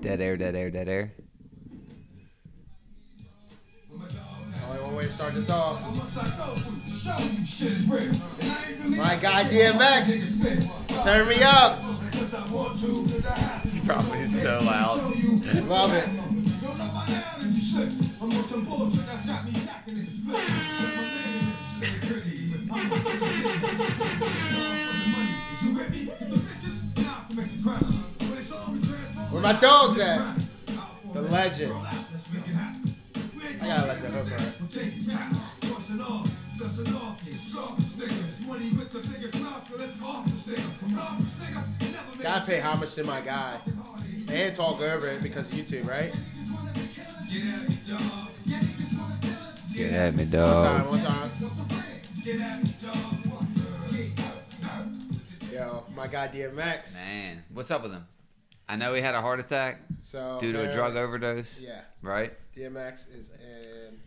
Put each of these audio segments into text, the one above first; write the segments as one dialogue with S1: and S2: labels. S1: Dead air, dead air, dead air.
S2: Only one way to start this off.
S3: My
S2: My guy DMX, turn me up.
S4: Probably so loud.
S2: Love it. Where my dogs at? The legend. I gotta let the hook run. Gotta pay homage to my guy. And talk over it because of YouTube, right?
S1: Get at me,
S2: One time,
S1: dog.
S2: one time. Yo, my guy DMX.
S1: Man, what's up with him? I know he had a heart attack
S2: So
S1: due to a
S2: there-
S1: drug overdose,
S2: Yeah.
S1: right?
S2: DMX is in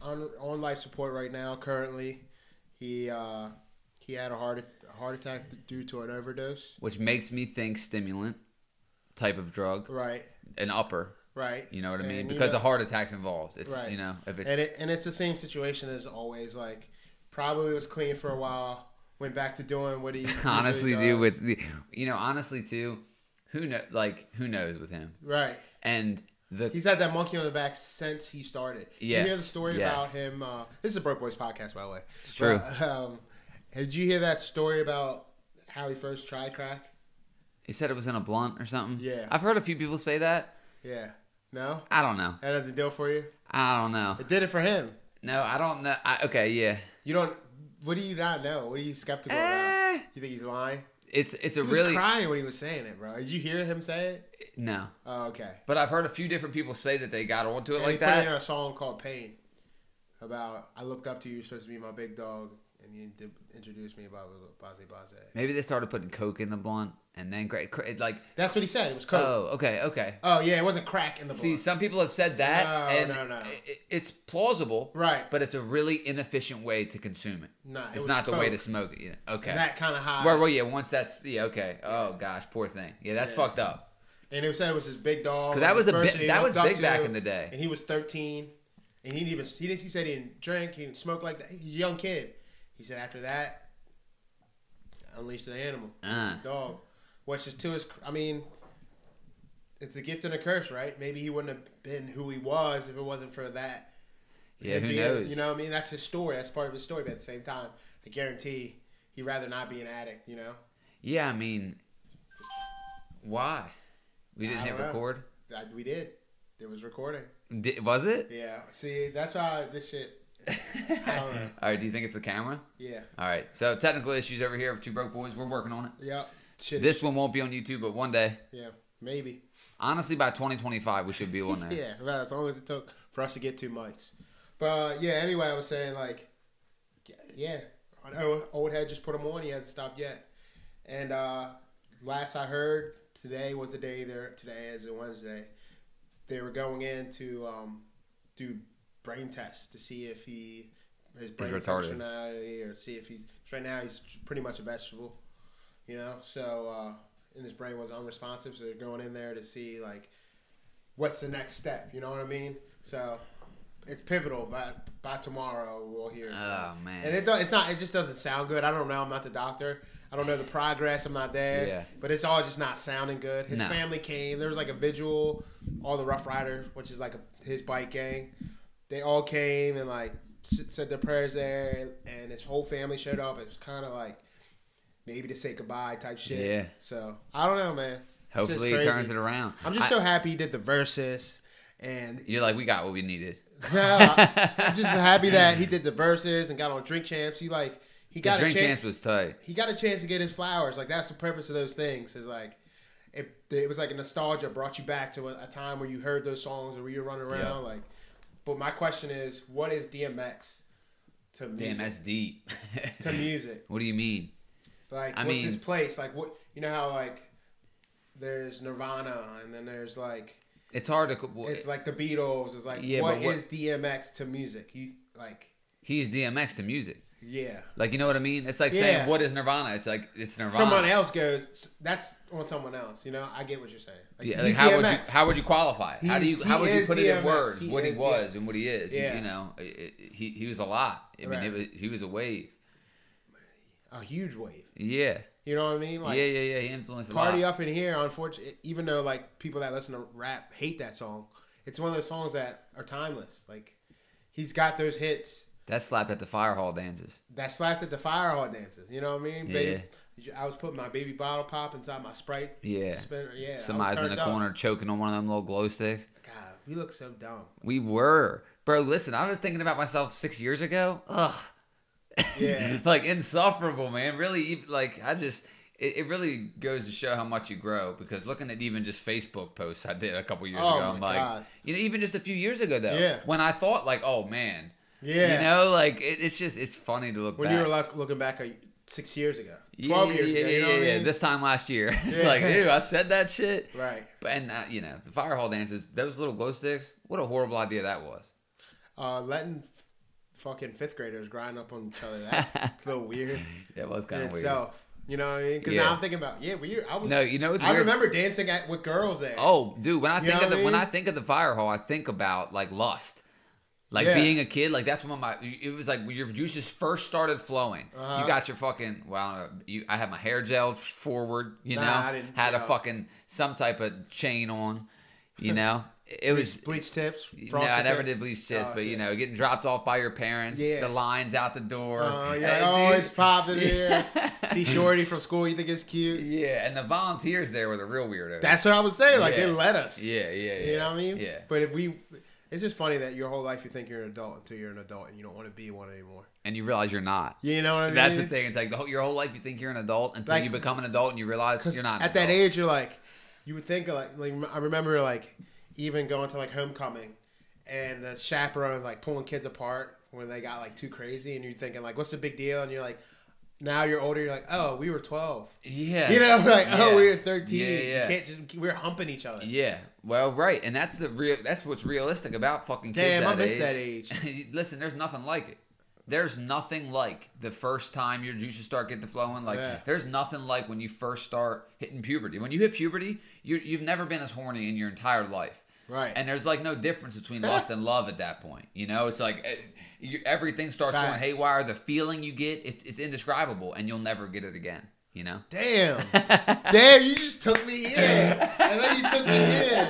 S2: on, on life support right now. Currently, he uh, he had a heart a heart attack due to an overdose.
S1: Which makes me think stimulant type of drug,
S2: Right,
S1: an upper.
S2: right.
S1: You know what I
S2: And
S1: mean?
S2: you
S1: Because
S2: know-
S1: a heart attack's involved. It's
S2: Right.
S1: you know if it's
S2: and it, and it's the same situation as always. Like probably was clean for a while, went back to doing what he usually
S1: honestly
S2: does.
S1: dude with the, you know honestly too who know like who knows with him
S2: right.
S1: and the
S2: He's had that monkey on the back since he started. Did
S1: Yes,
S2: you hear the story
S1: yes.
S2: about him? Uh, this is a Broke Boys podcast, by the way. It's
S1: true.
S2: um, did you hear that story about how he first tried crack?
S1: he said it was in a blunt or something
S2: Yeah.
S1: i've heard a few people say that
S2: Yeah. No?
S1: i don't know
S2: That doesn't do it for you?
S1: i don't know
S2: It did it for him.
S1: no i don't know I, okay yeah
S2: You don't. What do you not know? What are you skeptical about?
S1: Eh,
S2: You think he's lying?
S1: it's it's a
S2: He was
S1: really
S2: crying when he was saying it, bro. Did you hear him say it?
S1: no
S2: Oh, okay.
S1: but i've heard a few different people say that they got onto it
S2: And he
S1: like
S2: put it
S1: that
S2: in a song called "Pain." About I looked up to you. You're supposed to be my big dog, and you did introduce me about Baze Baze.
S1: maybe they started putting coke in the blunt and then cra- cra- like
S2: That's what he said. It was coke.
S1: oh okay okay
S2: Oh yeah, it wasn't crack in the
S1: See,
S2: blunt.
S1: some people have said that,
S2: No,
S1: and
S2: no, no.
S1: i- i- it's plausible,
S2: Right.
S1: But it's a really inefficient way to consume it.
S2: Nah, it
S1: it's
S2: was
S1: not the way to
S2: coke.
S1: smoke it. You know? Okay.
S2: That kind of high.
S1: well, well, yeah. Once that's yeah, okay. Oh gosh, poor thing. Yeah, that's
S2: Yeah.
S1: fucked up.
S2: And it said it was his big dog.
S1: 'Cause that
S2: like,
S1: was a
S2: person
S1: big-
S2: he
S1: that was
S2: looked up
S1: big
S2: to,
S1: back in the day.
S2: And he was 13, and he didn't even he, didn't, he said he didn't drink, he didn't smoke like that. He's a young kid. He said after that, unleashed the animal,
S1: Uh.
S2: dog. Which is to his, cr- I mean, it's a gift and a curse, right? Maybe he wouldn't have been who he was if it wasn't for that.
S1: Yeah,
S2: him
S1: who
S2: being-
S1: knows?
S2: You know what I mean? That's his story. That's part of his story. But at the same time, I guarantee he'd rather not be an addict. You know,
S1: Yeah, I mean, why? We didn't
S2: I
S1: hit
S2: don't know.
S1: record.
S2: That- we did. It was recording.
S1: Di- was it?
S2: Yeah. See, that's why this shit.
S1: All
S2: don't know.
S1: right. Do you think it's the camera?
S2: Yeah.
S1: All right. So technical issues over here with two broke boys. We're working on it.
S2: Yeah. Shit.
S1: This one won't be on YouTube, but one day,
S2: Yeah. Maybe.
S1: honestly, by 2025, we should be on there.
S2: Yeah. About as long as it took for us to get two mics. But yeah. Anyway, I was saying like, yeah. I know old head just put him on. He hasn't stopped yet. And uh last I heard, today was the day. There. Today is a Wednesday. They were going in to um, do brain tests to see if he his brain
S1: retarded.
S2: functionality or see if he's 'cause right now he's pretty much a vegetable. you know. So uh, and his brain was unresponsive, so they're going in there to see like what's the next step. You know what I mean? So it's pivotal. By by tomorrow, we'll hear.
S1: Oh, man.
S2: And it do, it's not. It just doesn't sound good. I don't know. I'm not the doctor. I don't know the progress. I'm not there.
S1: Yeah.
S2: But it's all just not sounding good. His
S1: No.
S2: family came. There was like a vigil. All the Rough Riders, which is like a, his bike gang, they all came and like s- said their prayers there, and his whole family showed up. It was kind of like maybe to say goodbye type shit.
S1: Yeah.
S2: So I don't know, man. It's just
S1: Hopefully, it
S2: crazy.
S1: turns it around.
S2: I'm just
S1: I-
S2: so happy he did the verses, and
S1: You're like, we got what we needed.
S2: no, I, am just happy that he did the verses and got on Drink Champs. He like he
S1: The
S2: got a
S1: drink
S2: chan-
S1: chance was tight.
S2: he got a chance to get his flowers. Like that's the purpose of those things. Is like it, it was like a nostalgia brought you back to a, a time where you heard those songs or where you were running around.
S1: Yeah.
S2: Like, but my question is, what is DMX to music?
S1: Damn, that's deep.
S2: to music,
S1: what do you mean?
S2: like
S1: I
S2: what's his
S1: mean-
S2: place? Like what you know how like there's Nirvana and then there's like
S1: It's hard to. co-
S2: it's like the Beatles. It's like
S1: Yeah,
S2: what
S1: but what-
S2: is DMX to music? You like
S1: he's DMX to music.
S2: Yeah.
S1: Like you know what I mean? It's like
S2: Yeah.
S1: saying what is Nirvana? It's like it's Nirvana.
S2: Someone else goes. That's on someone else. You know. I get what you're saying. Like,
S1: Yeah, like
S2: he's
S1: how would you
S2: DMX.
S1: how would you qualify it? How do
S2: He's-
S1: you how
S2: he
S1: would you
S2: is
S1: put it in
S2: DMX.
S1: words
S2: He
S1: what he
S2: is
S1: was and what he is? You-
S2: Yeah.
S1: You know, it, it, he he was a lot. I mean,
S2: Right.
S1: it was, he was a wave.
S2: a huge wave.
S1: Yeah,
S2: You know what I mean? Like
S1: yeah, yeah, yeah. He influenced a lot.
S2: Party Up in Here, unfortunately, even though like people that listen to rap hate that song, it's one of those songs that are timeless. Like he's got those hits
S1: That slapped at the fire hall dances.
S2: that slapped at the fire hall dances. You know what I mean? Baby,
S1: Yeah.
S2: I was putting my baby bottle pop inside my Sprite.
S1: Yeah.
S2: Spinner. Yeah. I was
S1: Somebody's in
S2: turned
S1: the
S2: up.
S1: corner choking on one of them little glow sticks.
S2: God, we look so dumb.
S1: We were, bro. Listen, I was thinking about myself six years ago. Ugh.
S2: Yeah.
S1: like insufferable, man. Really, even- like I just. It, it really goes to show how much you grow because looking at even just Facebook posts I did a couple years
S2: Oh
S1: ago,
S2: my
S1: I'm like,
S2: God.
S1: you know, even just a few years ago though,
S2: Yeah.
S1: when I thought like, oh man,
S2: Yeah.
S1: you know, like it, it's just it's funny to look
S2: when
S1: back.
S2: you were like looking back at six years ago,
S1: Yeah,
S2: twelve
S1: yeah,
S2: years
S1: yeah,
S2: ago, you know
S1: yeah,
S2: what I
S1: yeah,
S2: mean?
S1: this time last year, it's
S2: Yeah.
S1: like, ew, I said that shit.
S2: right.
S1: But and uh, you know, the fire hall dances, those little glow sticks, what a horrible idea that was.
S2: Uh, letting f- fucking fifth graders grind up on each other. That's a little weird.
S1: That was
S2: in
S1: kind of weird.
S2: itself. You know what I mean? Because
S1: Yeah.
S2: now I'm thinking about yeah, we. I was.
S1: No, you know, it's
S2: I
S1: weird.
S2: remember dancing at with girls there.
S1: Oh, dude, when I
S2: You
S1: think
S2: know
S1: of
S2: what
S1: the
S2: I
S1: when
S2: mean?
S1: I think of the fire hall, I think about like lust. Like
S2: Yeah.
S1: being a kid, like that's when my it was like when your juices first started flowing.
S2: Uh-huh.
S1: You got your fucking well, I, don't know, you, I had my hair gelled forward, you
S2: Nah,
S1: know,
S2: I didn't
S1: had a
S2: gel.
S1: fucking some type of chain on, you know. It
S2: bleach,
S1: was
S2: bleach tips.
S1: no, I
S2: frosted
S1: never
S2: tips.
S1: did bleach shits,
S2: Oh,
S1: but you
S2: shit.
S1: know, getting dropped off by your parents,
S2: Yeah.
S1: the lines out the door.
S2: Uh, you're
S1: Hey,
S2: like, oh,
S1: dude.
S2: it's popping here. See Shorty from school. You think it's cute?
S1: Yeah, and the volunteers there were the real weirdos.
S2: That's what I was saying. Like they
S1: Yeah.
S2: let us.
S1: yeah, yeah, yeah.
S2: You know what I mean?
S1: Yeah.
S2: But if we, it's just funny that your whole life you think you're an adult until you're an adult and you don't want to be one anymore.
S1: And you realize you're not.
S2: You know what I mean?
S1: That's the thing. It's like the whole, your whole life you think you're an adult until
S2: Like-
S1: you become an adult and you realize
S2: 'Cause
S1: you're not. an
S2: at that
S1: adult.
S2: age, you're like, you would think like, like I remember like even going to like homecoming, and the chaperone was like pulling kids apart when they got like too crazy, and you're thinking like, what's the big deal? And you're like, now you're older, you're like, oh, we were 12.
S1: yeah,
S2: You know, like oh,
S1: Yeah.
S2: we were 13.
S1: Yeah, yeah.
S2: You can't just we were humping each other.
S1: Yeah. Well, right, and that's the real. That's what's realistic about fucking kids.
S2: Damn, I miss
S1: that
S2: that
S1: age.
S2: age.
S1: Listen, there's nothing like it. There's nothing like the first time your juices start getting flowing. Like
S2: Yeah.
S1: there's nothing like when you first start hitting puberty. When you hit puberty, you you've never been as horny in your entire life.
S2: Right.
S1: And there's like no difference between lust and love at that point. You know, it's like eh, you, everything starts going
S2: Facts.
S1: haywire. The feeling you get, it's it's indescribable, and you'll never get it again. You know.
S2: Damn. Damn, you just took me in. And then you took me in.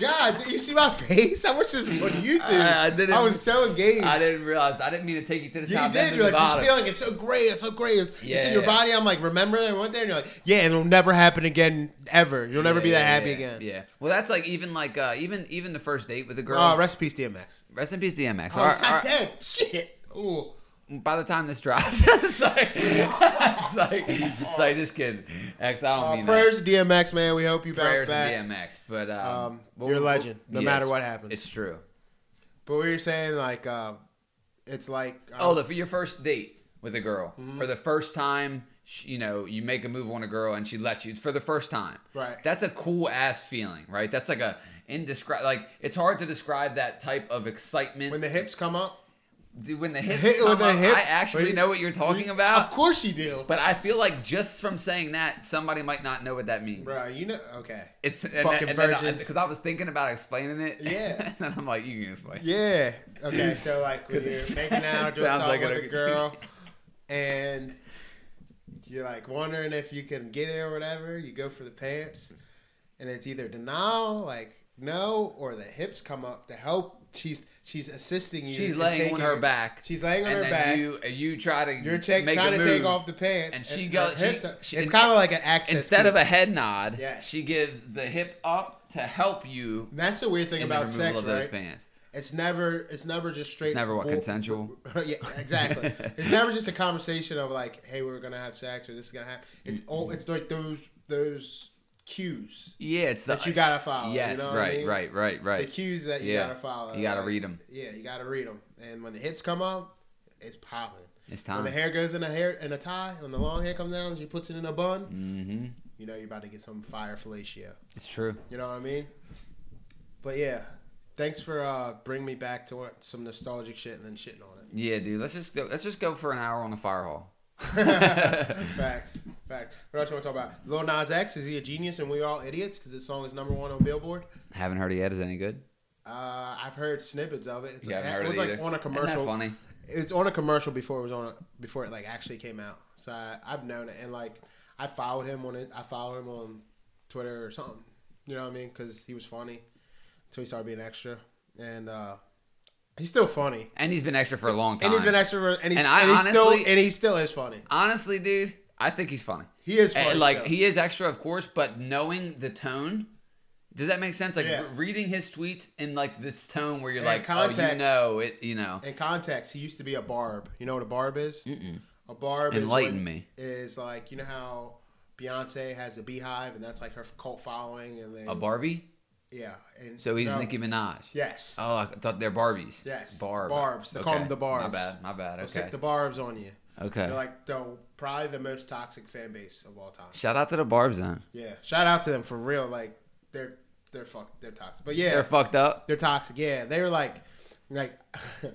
S2: God, did you see my face? I watched this on YouTube.
S1: I-
S2: I,
S1: I didn't-
S2: was so engaged.
S1: I didn't realize. I didn't mean to take you to the
S2: You
S1: top.
S2: did.
S1: end
S2: You're
S1: of the
S2: like, this
S1: bottom.
S2: feeling, it's so great. It's so great. It's, it's in your
S1: Yeah.
S2: body. I'm like, remember that I went there? And you're like, yeah, and it'll never happen again, ever. You'll never
S1: Yeah,
S2: be that
S1: yeah,
S2: happy
S1: yeah,
S2: again.
S1: Yeah. Well, that's like even like uh, even even the first date with a girl.
S2: Oh, rest in peace, DMX.
S1: rest in peace, DMX.
S2: Oh,
S1: Our-
S2: he's not
S1: our-
S2: dead. Shit. Ooh.
S1: by the time this drops, it's like, it's like, it's like, just kidding. X, I don't
S2: Uh,
S1: mean that.
S2: prayers to DMX, man. We hope you bounce
S1: prayers
S2: back.
S1: and DMX, but um,
S2: Um,
S1: well,
S2: you're a
S1: well,
S2: legend, no
S1: yeah,
S2: matter
S1: it's-
S2: what happens.
S1: It's true.
S2: But we were saying, like, uh, it's like. uh, Mm-hmm.
S1: Oh, the, your first date with a girl, or the first time sh you know you make a move on a girl and she lets you for the first time.
S2: Right.
S1: That's a cool ass feeling, right? That's like a indescribable. Like it's hard to describe that type of excitement
S2: when the hips come up.
S1: Dude, when the hits
S2: Hit
S1: come
S2: with the
S1: up,
S2: hip.
S1: I actually
S2: Wait,
S1: know what you're talking
S2: you-
S1: about.
S2: Of course you do.
S1: But I feel like just from saying that, somebody might not know what that means.
S2: Bro, you know, okay.
S1: It's and
S2: Fucking virgins.
S1: because I was thinking about explaining it.
S2: Yeah.
S1: and then I'm like, you can explain.
S2: Yeah. Okay, so like when
S1: Good.
S2: you're making out, doing
S1: Sounds
S2: something
S1: like it,
S2: with a
S1: okay.
S2: girl, and you're like wondering if you can get it or whatever, you go for the pants, and it's either denial, like no, or the hips come up to help. She's she's assisting you.
S1: She's
S2: in
S1: laying on
S2: taking
S1: her
S2: it.
S1: back.
S2: She's laying on
S1: and then
S2: her back. You,
S1: you you try to
S2: are check,
S1: make
S2: trying
S1: a
S2: to take
S1: move.
S2: off the pants,
S1: and she
S2: her
S1: goes- she-
S2: hips up.
S1: she-
S2: it's kind of like an access.
S1: Instead
S2: key.
S1: of a head nod,
S2: Yes.
S1: she gives the hip up to help you
S2: And that's the weird thing
S1: in
S2: about
S1: the removal
S2: sex,
S1: of those
S2: right?
S1: pants.
S2: It's never it's never just straight.
S1: It's never what
S2: bull-
S1: consensual.
S2: yeah, exactly. it's never just a conversation of like, hey, we're gonna have sex or this is gonna happen. It's all it's like those those cues
S1: Yeah, it's the
S2: that you gotta follow.
S1: Yes,
S2: you know what I
S1: right,
S2: mean?
S1: right, right,
S2: The
S1: right.
S2: cues that you
S1: Yeah.
S2: gotta follow.
S1: You gotta read 'em.
S2: Yeah, you gotta read them. And when the hips come up, it's popping.
S1: It's
S2: When the
S1: time.
S2: hair goes in a hair in a tie, when the long hair comes down, she puts it in a bun.
S1: Mm-hmm.
S2: You know you're about to get some fire fellatio.
S1: It's true.
S2: You know what I mean? But yeah, Thanks for uh, bringing me back to what- some nostalgic shit and then shitting on it.
S1: Yeah, dude. Let's just go, let's just go for an hour on the fire hall.
S2: Facts. Facts. What else you want to talk about? Lil Nas X, is he a genius and we all idiots? Because his song is number one on Billboard.
S1: Haven't heard it yet. Is it any good?
S2: Uh, I've heard snippets of it. It's
S1: Yeah, I
S2: like,
S1: haven't heard
S2: it
S1: it
S2: was like
S1: either.
S2: on a
S1: Isn't that
S2: commercial.
S1: funny?
S2: It's on a commercial before it was on a, before it like actually came out. So I, I've known it and like I followed him on it. I followed him on Twitter or something. You know what I mean? Because he was funny until he started being extra, and uh, he's still funny.
S1: And he's been extra for a long time.
S2: And he's been extra, and he's,
S1: And I
S2: and he's still
S1: honestly-
S2: and he still is funny.
S1: Honestly, dude, I think he's funny.
S2: He is funny.
S1: And, like
S2: still.
S1: he is extra, of course, but knowing the tone, does that make sense? Like
S2: Yeah.
S1: re- reading his tweets in like this tone where you're
S2: And
S1: like, oh, you
S2: context.
S1: know it, you know.
S2: In context, he used to be a barb. You know what a barb is? Mm-mm. A barb
S1: Enlighten
S2: is when-
S1: me.
S2: Is like you know how Beyonce has a beehive, and that's like her cult following, and then
S1: A Barbie,
S2: Yeah, and
S1: so he's
S2: no,
S1: Nicki Minaj.
S2: Yes,
S1: Oh, I thought they're Barbies.
S2: Yes.
S1: Barb.
S2: Barbs. They call 'em the Barbs.
S1: My bad. My bad.
S2: They'll
S1: Okay.
S2: stick the barbs on you.
S1: okay.
S2: They're like the probably the most toxic fan base of all time.
S1: Shout out to the Barbs then.
S2: Yeah, shout out to them for real. Like they're they're fuck they're toxic, but yeah,
S1: They're
S2: they're,
S1: fucked up.
S2: toxic. Yeah, they were like like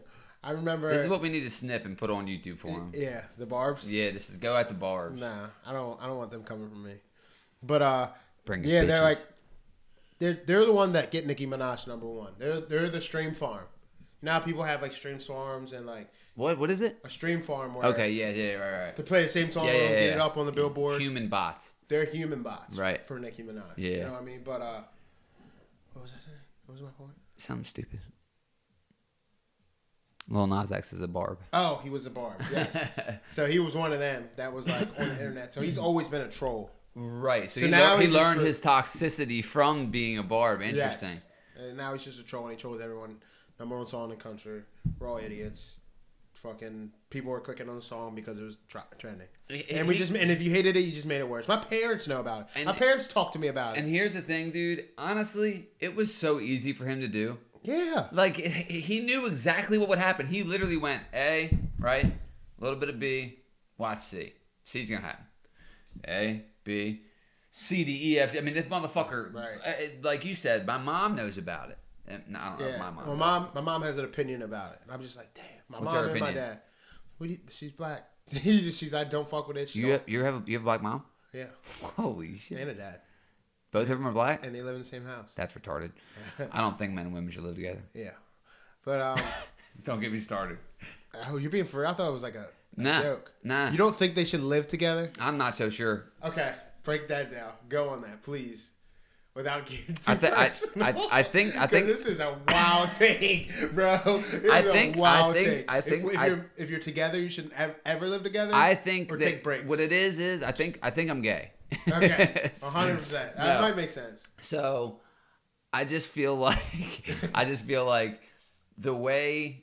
S2: I remember.
S1: This is what we need to snip and put on YouTube for him.
S2: yeah, the barbs.
S1: Yeah, just go at the Barbs.
S2: Nah, I don't. I don't want them coming from me. But uh,
S1: Bring it,
S2: yeah, they're
S1: bitches.
S2: like, they're they're the one that get Nicki Minaj number one. They're they're the stream farm. Now people have like stream farms and like
S1: What? What is it?
S2: a stream farm where
S1: Okay. Yeah. Yeah. Right. Right.
S2: they play the same song
S1: Yeah,
S2: and
S1: yeah,
S2: get
S1: yeah.
S2: it up on the billboard.
S1: Human bots.
S2: they're human bots,
S1: Right.
S2: For Nicki Minaj, you
S1: Yeah.
S2: know what I mean. But uh, what was I saying? What was my point?
S1: Something stupid. Lil Nas X is a barb.
S2: Oh, he was a barb. Yes. so he was one of them that was like on the internet. So he's always been a troll.
S1: Right. So,
S2: So
S1: he,
S2: now
S1: lear- he
S2: he's just
S1: learned
S2: a-
S1: his toxicity from being a barb.
S2: Yes.
S1: Interesting.
S2: And now he's just a troll and he trolls everyone. Number one song in the country. We're all idiots. Fucking people were clicking on the song because it was tra- trending.
S1: He-
S2: And we
S1: he-
S2: just and if you hated it, you just made it worse. My parents know about it.
S1: And-
S2: My parents talked to me about it.
S1: And here's the thing, dude. Honestly, it was so easy for him to do.
S2: yeah.
S1: Like h- he knew exactly what would happen. He literally went A, right? A little bit of B, watch C. C's gonna happen. A, B, C, D, E, F. G. I mean, this motherfucker.
S2: Right.
S1: uh, uh, Like you said, my mom knows about it. And- No, I don't know. if
S2: Yeah.
S1: My
S2: My
S1: mom.
S2: mom,
S1: knows.
S2: my mom, has an opinion about it, and I'm just like, damn. My
S1: What's
S2: mom
S1: her
S2: and my
S1: opinion?
S2: dad. What do you, she's black. she's I don't fuck with it. She
S1: You
S2: don't-
S1: have, you have you have a black mom?
S2: yeah.
S1: Holy shit!
S2: And a dad,
S1: Both of them are black.
S2: and they live in the same house.
S1: That's retarded. I don't think men and women should live together.
S2: Yeah. But um,
S1: Don't get me started.
S2: oh, you're being for real. I thought it was like a, a
S1: Nah,
S2: joke.
S1: nah.
S2: You don't think they should live together?
S1: I'm not so sure.
S2: Okay, break that down. Go on that, please. Without getting too
S1: I thi- I-
S2: personal.
S1: I- I think- I
S2: 'Cause
S1: think-
S2: this is a wild take, bro. This
S1: I
S2: is
S1: think-
S2: a
S1: I
S2: wild
S1: think-
S2: take.
S1: I think
S2: if, if
S1: I-
S2: you're if you're together, you shouldn't ever, ever live together.
S1: I think
S2: or
S1: that
S2: take breaks.
S1: what it is is I think I think I'm gay.
S2: Okay, hundred percent. That
S1: No.
S2: might make sense.
S1: So I just feel like I just feel like the way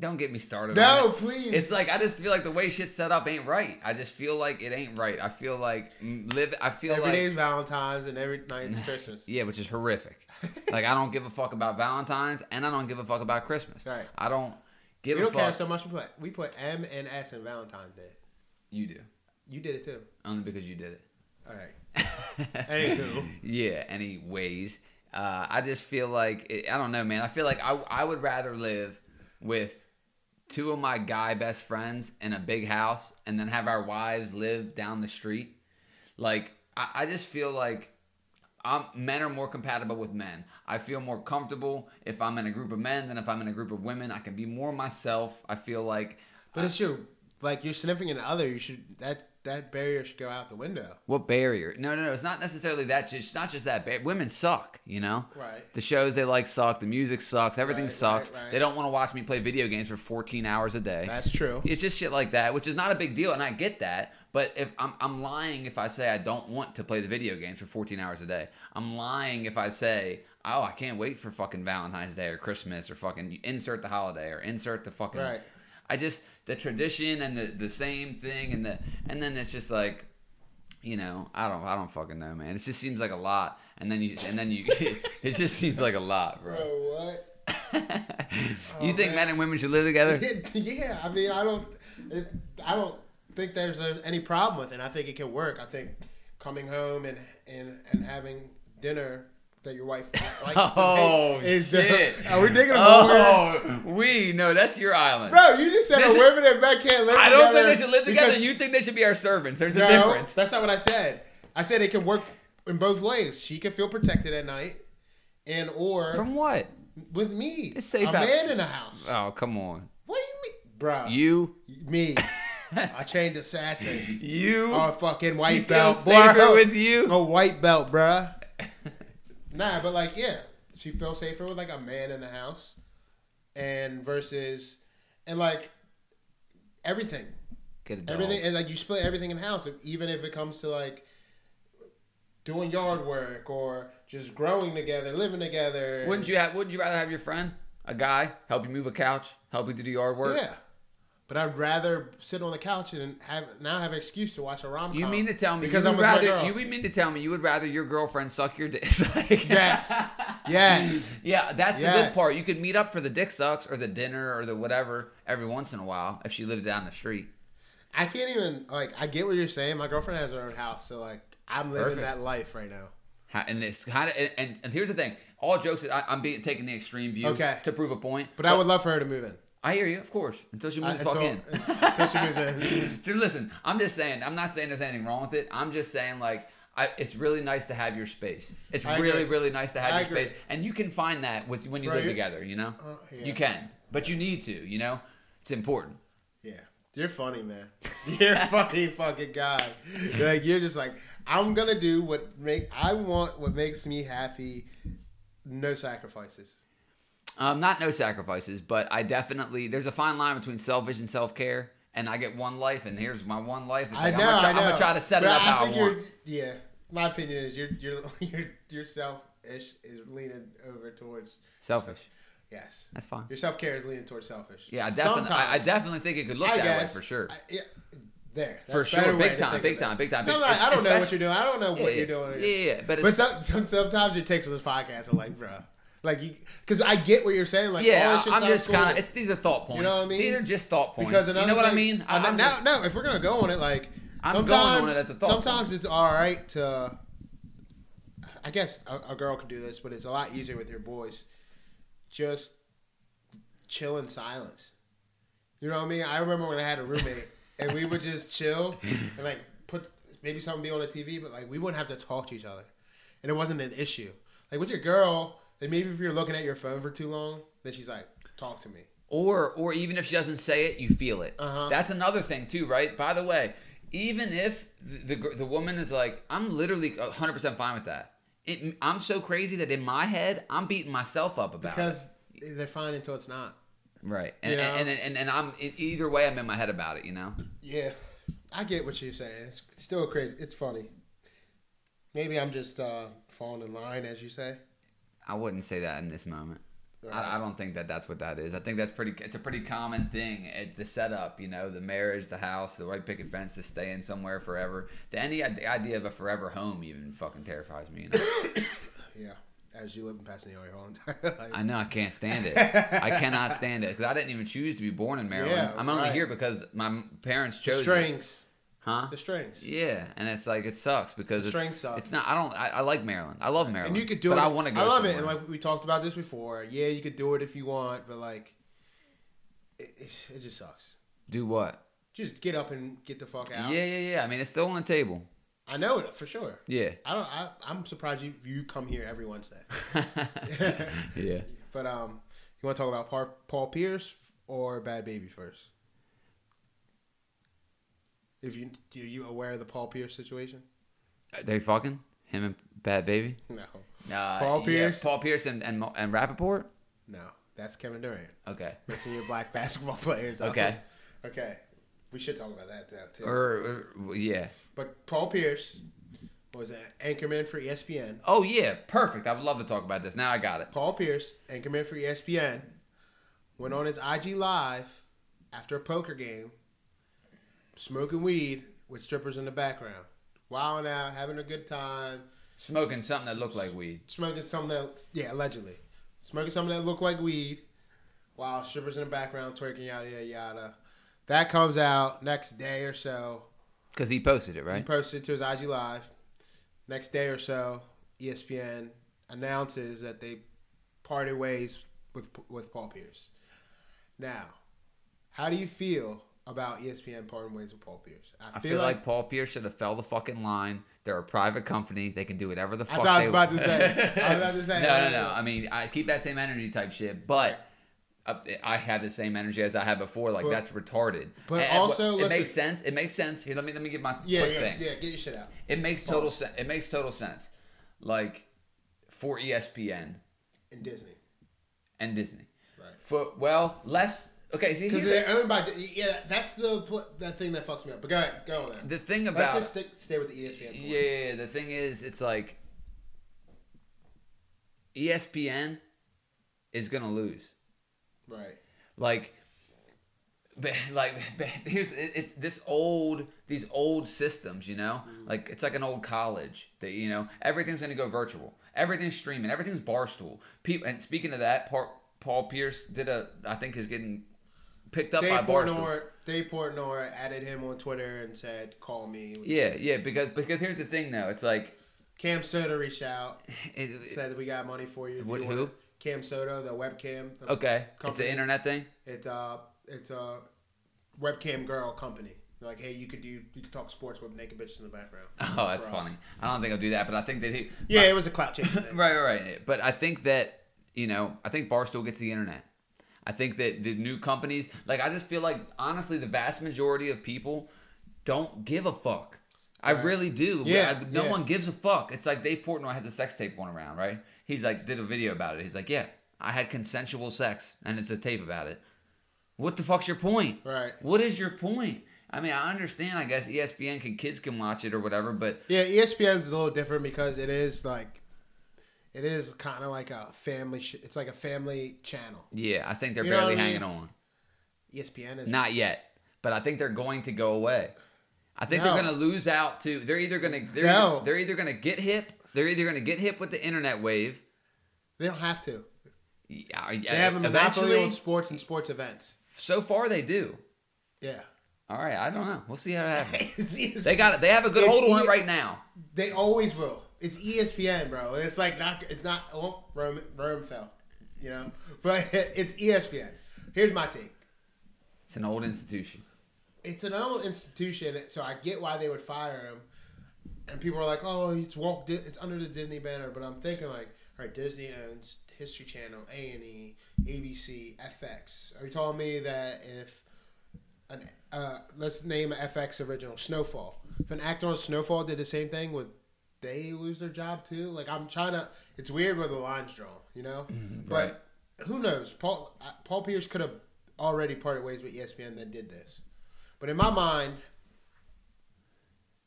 S1: don't get me started. on
S2: No,
S1: it.
S2: please.
S1: It's like I just feel like the way shit's set up ain't right. I just feel like it ain't right. I feel like mm, live. I feel
S2: every
S1: like
S2: day's Valentine's and every night's Christmas.
S1: yeah, which is horrific. like I don't give a fuck about Valentine's and I don't give a fuck about Christmas.
S2: Right.
S1: I don't give
S2: We
S1: a
S2: don't
S1: fuck.
S2: care so much. We put we put M and S in Valentine's Day.
S1: you do
S2: You did it too.
S1: only because you did it.
S2: All right. Anywho.
S1: yeah. Anyways, uh, I just feel like it, I don't know, man. I feel like I I would rather live with two of my guy best friends in a big house and then have our wives live down the street. Like I, I just feel like. I'm, men are more compatible with men. I feel more comfortable if I'm in a group of men than if I'm in a group of women. I can be more myself. I feel like
S2: But it's your like your significant other. You should that that barrier should go out the window.
S1: What barrier? No, no, no. It's not necessarily that. Just it's not just that. Bar- women suck. You know.
S2: Right.
S1: The shows they like suck. The music sucks. Everything
S2: Right,
S1: sucks.
S2: right, right.
S1: They don't want to watch me play video games for 14 hours a day.
S2: That's true.
S1: it's just shit like that, which is not a big deal, and I get that. But if I'm, I'm lying if I say I don't want to play the video games for 14 hours a day. I'm lying if I say, oh, I can't wait for fucking Valentine's Day or Christmas or fucking insert the holiday or insert the fucking.
S2: Right.
S1: I just the tradition and the the same thing and the and then it's just like you know, I don't, I don't fucking know, man. It just seems like a lot, and then you, and then you, it just seems like a lot, bro.
S2: what?
S1: you think
S2: Oh, man.
S1: men and women should live together?
S2: yeah, I mean, I don't, it, I don't think there's, there's any problem with it. I think it can work. I think coming home and and and having dinner that your wife likes
S1: Oh,
S2: to make is
S1: shit.
S2: the. Are we digging a hole here?
S1: Oh, we no, that's your island.
S2: Bro, you just said
S1: This
S2: the
S1: is-
S2: women and men can't live
S1: I
S2: together.
S1: don't think they should live together.
S2: because-
S1: you think they should be our servants. There's a
S2: no,
S1: difference.
S2: that's not what I said. I said it can work in both ways. She can feel protected at night, and or
S1: From what?
S2: with me,
S1: It's safe
S2: a
S1: out-
S2: man in the house.
S1: Oh, come on.
S2: what do you mean, bro?
S1: You,
S2: me, I trained assassin.
S1: you,
S2: Oh, fucking
S1: you
S2: white
S1: feel
S2: belt,
S1: safer
S2: bro.
S1: with you.
S2: a white belt, bruh. Nah, but like, yeah, she feels safer with like a man in the house, and versus, and like everything,
S1: Get a dog.
S2: everything, and like you split everything in house, even if it comes to like doing yard work or just growing together, living together.
S1: Wouldn't you have? Would you rather have your friend, a guy, help you move a couch, help you do the yard work?
S2: Yeah, but I'd rather sit on the couch and have now have an excuse to watch a rom com.
S1: You mean to tell me
S2: because
S1: you
S2: I'm
S1: would
S2: with my
S1: rather
S2: girl.
S1: you would mean to tell me you would rather your girlfriend suck your dick? It's like-
S2: Yes. Yes.
S1: Yeah, that's the good
S2: Yes.
S1: part. You could meet up for the dick sucks or the dinner or the whatever every once in a while if she lived down the street.
S2: I can't even like I get what you're saying. My girlfriend has her own house, so like I'm living
S1: Perfect.
S2: that life right now.
S1: Ha- And it's kind of and, and, and here's the thing. All jokes. I, I'm being taking the extreme view
S2: Okay.
S1: to prove a point.
S2: But I would love for her to move in.
S1: I hear you, of course, until she
S2: I,
S1: moves the fuck
S2: until,
S1: in.
S2: until she moves in.
S1: Dude, listen, I'm just saying, I'm not saying there's anything wrong with it. I'm just saying, like, I, it's really nice to have your space. It's
S2: I
S1: really,
S2: agree.
S1: really nice to have
S2: I
S1: your
S2: agree.
S1: space. And you can find that with when you
S2: Right,
S1: live
S2: you-
S1: together, you know?
S2: Uh, yeah.
S1: You can. But you need to, you know? It's important.
S2: Yeah. You're funny, man. You're a funny fucking guy. Like you're just like, I'm gonna do what make I want what makes me happy, no sacrifices.
S1: Um, not no sacrifices, but I definitely, there's a fine line between selfish and self care. And I get one life, and here's my one life. It's
S2: I
S1: like,
S2: know,
S1: I'm
S2: I
S1: going
S2: know.
S1: to try to set
S2: But
S1: it up
S2: I
S1: how I
S2: think
S1: want.
S2: you're- Yeah, my opinion is you're you're you're yourself ish is leaning over towards
S1: Selfish.
S2: yes.
S1: That's fine.
S2: Your self care is leaning towards selfish.
S1: Yeah, I definitely, I, I
S2: Sometimes.
S1: definitely think it could look
S2: I
S1: that
S2: guess
S1: way for sure.
S2: I- yeah, there. That's
S1: For
S2: a
S1: sure,
S2: better
S1: big
S2: way to
S1: time,
S2: think
S1: big
S2: of it.
S1: time, big time, big-
S2: Sometimes I don't know what
S1: especially-
S2: you're doing. I don't know what
S1: yeah,
S2: you're doing.
S1: yeah, yeah, yeah, but
S2: But
S1: it's,
S2: some, some, sometimes it takes this podcast and like, bruh, like you, because I get what you're saying. Like, all
S1: yeah,
S2: this shit
S1: I'm
S2: sounds
S1: just
S2: cool.
S1: kind of. These are thought points.
S2: You know what I mean?
S1: These are just thought points.
S2: because
S1: you
S2: another
S1: know what I
S2: thing-
S1: mean?
S2: I,
S1: I, am
S2: now,
S1: just,
S2: no, if we're gonna go on it, like
S1: I'm
S2: sometimes,
S1: going on it as a thought
S2: sometimes it's all right to. I guess a, a girl can do this, but it's a lot easier with your boys. Just chill in silence. You know what I mean? I remember when I had a roommate, and we would just chill and like put maybe something be on the TV, but like we wouldn't have to talk to each other, and it wasn't an issue. Like with your girl, then maybe if you're looking at your phone for too long, then she's like, "Talk to me."
S1: or or even if she doesn't say it, you feel it.
S2: Uh-huh.
S1: That's another thing too, right? By the way, even if the the, gr- the woman is like, I'm literally 100 percent fine with that. It, I'm so crazy that in my head, I'm beating myself up about it.
S2: Because they're fine until it's not.
S1: Right, and,
S2: you know?
S1: and, and and and I'm e, either way, I'm in my head about it. You know,
S2: Yeah, I get what you're saying. It's still crazy. It's funny. Maybe I'm just uh, falling in line, as you say.
S1: I wouldn't say that in this moment. I, I don't think that that's what that is. I think that's pretty. It's a pretty common thing. At the setup, you know, the marriage, the house, the white picket fence, to stay in somewhere forever. The any the idea of a forever home even fucking terrifies me. You know?
S2: yeah, as you live in Pasadena your whole entire life.
S1: I know I can't stand it. I cannot stand it because I didn't even choose to be born in Maryland.
S2: Yeah,
S1: I'm only
S2: right.
S1: here because my m- parents
S2: the
S1: chose. me.
S2: strings.
S1: huh?
S2: The strings.
S1: Yeah, and it's like it sucks because
S2: The
S1: it's,
S2: strings suck.
S1: it's not. I don't. I, I like Maryland. I love Maryland.
S2: And you could do
S1: but
S2: it.
S1: I want to go.
S2: I love it. And
S1: somewhere.
S2: like we talked about this before. Yeah, you could do it if you want, but like, it, it, it just sucks.
S1: do what?
S2: Just get up and get the fuck
S1: Yeah,
S2: out.
S1: yeah, yeah. I mean, it's still on the table.
S2: I know it for sure.
S1: Yeah.
S2: I don't. I, I'm surprised you you come here every Wednesday.
S1: yeah.
S2: But um, you want to talk about Par- Paul Pierce or Bad Baby first? If you are you aware of the Paul Pierce situation?
S1: They fucking him and Bad Baby.
S2: No,
S1: Uh,
S2: Paul
S1: yeah,
S2: Pierce?
S1: Paul Pierce and and, Mo- and Rappaport.
S2: no, that's Kevin Durant
S1: Okay.
S2: mixing your black basketball players. up.
S1: Okay.
S2: okay, we should talk about that though too.
S1: Or, or- yeah.
S2: But Paul Pierce was an anchorman for E ESPN.
S1: Oh yeah. Perfect. I would love to talk about this. Now I got it.
S2: Paul Pierce, anchorman for E ESPN, went on his IG live after a poker game, smoking weed with strippers in the background, wilding out, having a good time,
S1: Smoking something that looked like weed.
S2: smoking something that yeah allegedly, smoking something that looked like weed, while strippers in the background twerking yada yada yada. That comes out next day or so.
S1: Cause he posted it,
S2: He
S1: right?
S2: E posted to his IG live. Next day or so, ESPN announces that they parted ways with with Paul Pierce. Now, how do you feel about E ESPN parting ways with Paul Pierce?
S1: I feel like, Paul Pierce should have fell the fucking line. They're a private company. They can do whatever the fuck
S2: that's what I was
S1: they
S2: about to say. I was about to say. uh,
S1: no, no, no. I mean, I keep that same energy type shit, but uh, I have the same energy as I had before. Like
S2: But-
S1: that's retarded.
S2: but
S1: And- and
S2: also,
S1: what- it
S2: listen-
S1: makes sense. It makes sense. Here, let me let me give my
S2: Yeah,
S1: quick
S2: yeah,
S1: thing.
S2: yeah. Get your shit out.
S1: It makes total
S2: Pause.
S1: sense. It makes total sense. Like for E ESPN
S2: And Disney,
S1: and Disney.
S2: right?
S1: For well, less. Okay, see,
S2: Because
S1: here's
S2: they're
S1: the,
S2: owned by. Yeah, that's the pl- that thing that fucks me up. But go ahead, go on there.
S1: the thing
S2: Let's
S1: about
S2: just stick, stay with the E ESPN. point.
S1: yeah, yeah, yeah, the thing is, it's like E ESPN is gonna lose.
S2: Right.
S1: like but, like but here's it- it's this old these old systems you know
S2: Mm.
S1: like it's like an old college that you know everything's going to go virtual everything's streaming everything's barstool people and speaking of that Par- paul pierce did a i think is getting picked up by
S2: Dave
S1: barstool
S2: Portnoy, Dave Portnoy added him on Twitter and said, "Call me."
S1: yeah yeah because because here's the thing though it's like
S2: Cam Soda reached out,
S1: it,
S2: said that we got money for you. if
S1: What-
S2: you
S1: who?
S2: want it. Cam Soda, the webcam. the-
S1: okay it's an
S2: Company.
S1: internet thing
S2: It's a it's a webcam girl company. They're like, hey, you could do you could talk sports with naked bitches in the background.
S1: oh that's
S2: For us.
S1: funny i don't think i'll do that but i think that he
S2: Yeah, it was a clout chasing thing.
S1: Right, right, right. But I think that you know, I think Barstool gets the internet. I think that the new companies, like, I just feel like honestly, the vast majority of people don't give a fuck. I
S2: Right.
S1: really do.
S2: Yeah,
S1: I- no
S2: yeah.
S1: one gives a fuck. It's like Dave Portnoy has a sex tape going around, right? He's like did a video about it. He's like, yeah, I had consensual sex, and it's a tape about it. What the fuck's your point?
S2: Right.
S1: What is your point? I mean, I understand. I guess E ESPN can kids can watch it or whatever, but
S2: Yeah, E ESPN's a little different because it is like it is kind of like a family. Sh- it's like a family channel. E
S1: yeah, I think they're
S2: You know what
S1: barely
S2: I mean?
S1: hanging on.
S2: ESPN is
S1: Not yet, but I think they're going to go away. I think
S2: No.
S1: they're going to lose out to. They're either going to they're,
S2: No.
S1: either, they're either going to get hip. They're either going to get hip with the internet wave.
S2: They don't have to.
S1: Yeah,
S2: They have a monopoly
S1: eventually,
S2: on sports and sports events.
S1: so far they do.
S2: Yeah.
S1: All right, I don't know. We'll see how it happens.
S2: It's E ES-
S1: they got it. They have a good
S2: It's
S1: hold on
S2: E-
S1: it right now.
S2: They always will. It's E ESPN, bro. It's like not. It's not. Well, Rome, Rome fell, you know. But it's E ESPN. Here's my take.
S1: It's an old institution.
S2: It's an old institution, so I get why they would fire him. And people are like, "Oh, it's Walt. Di- it's under the Disney banner." But I'm thinking like, "All right, Disney owns History Channel, A and E, ABC, FX." Are you telling me that if an uh, let's name an FX original Snowfall, if an actor on Snowfall did the same thing, would they lose their job too? Like, I'm trying to. It's weird where the lines drawn, you know.
S1: Right.
S2: But who knows? Paul uh, Paul Pierce could have already parted ways with E ESPN, then did this. But in my mind,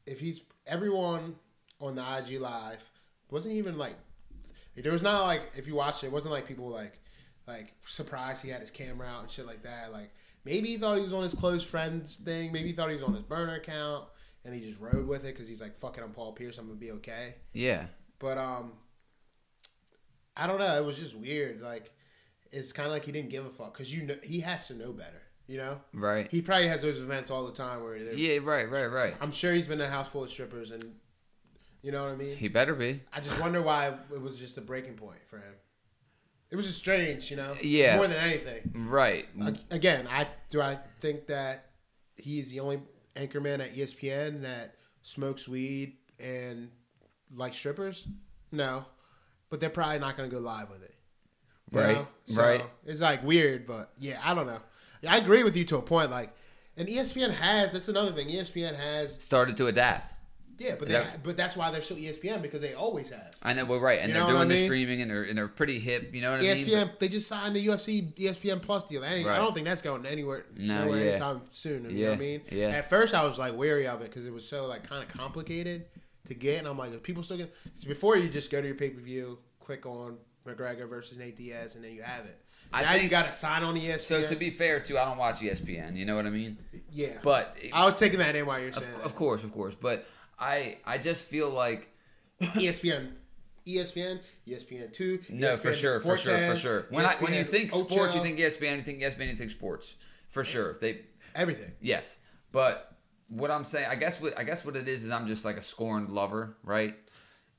S2: if he's everyone on the IG live wasn't even like there was not like if you watched it, it wasn't like people like like surprised he had his camera out and shit like that. Like maybe he thought he was on his close friends thing. Maybe he thought he was on his burner account and he just rode with it because he's like, "Fuck it, I'm Paul Pierce. I'm gonna be okay."
S1: Yeah,
S2: But um, I don't know. It was just weird. Like it's kind of like he didn't give a fuck because you know he has to know better. You know,
S1: right.
S2: he probably has those events all the time where they're
S1: Yeah, right, right, right.
S2: I'm sure he's been in a house full of strippers, and you know what I mean.
S1: He better be.
S2: I just wonder why it was just a breaking point for him. It was just strange, you know.
S1: Yeah.
S2: More than anything.
S1: Right.
S2: A- Again, I do. I think that he's the only anchorman at E ESPN that smokes weed and likes strippers. No, but they're probably not going to go live with it. you
S1: Right,
S2: know?
S1: right.
S2: It's like weird, but yeah, I don't know. Yeah, I agree with you to a point. Like, and E ESPN has that's another thing. E ESPN has
S1: Started to adapt.
S2: yeah, but they,
S1: Is that-
S2: but that's why they're so E ESPN because they always have
S1: I know. Well, right, and
S2: You know
S1: they're
S2: what I
S1: doing the
S2: mean? E
S1: streaming, and they're and they're pretty hip. You know what I mean?
S2: ESPN. they just signed the UFC ESPN Plus deal. I, ain't- I
S1: Right.
S2: don't think that's going anywhere,
S1: No,
S2: nowhere
S1: yeah.
S2: anytime soon. You know what I
S1: Yeah,
S2: mean?
S1: yeah.
S2: At first, I was like wary of it because it was so like kind of complicated to get, and I'm like, is people still get? So before you just go to your pay per view, click on McGregor versus Nate Diaz, and then you have it.
S1: I
S2: now you
S1: think-
S2: got to sign on E ESPN.
S1: So to be fair, too, I don't watch E ESPN. You know what I mean?
S2: yeah,
S1: But
S2: I was taking that in while you're
S1: of,
S2: saying
S1: of
S2: that.
S1: course, of course. But I I just feel like
S2: ESPN. ESPN, ESPN two. E
S1: no, for sure, for sure, for sure. When I, when you think sports, you think E ESPN. You think ESPN. You think sports, for sure. They
S2: everything.
S1: yes, but what I'm saying, I guess what I guess what it is is I'm just like a scorned lover, right?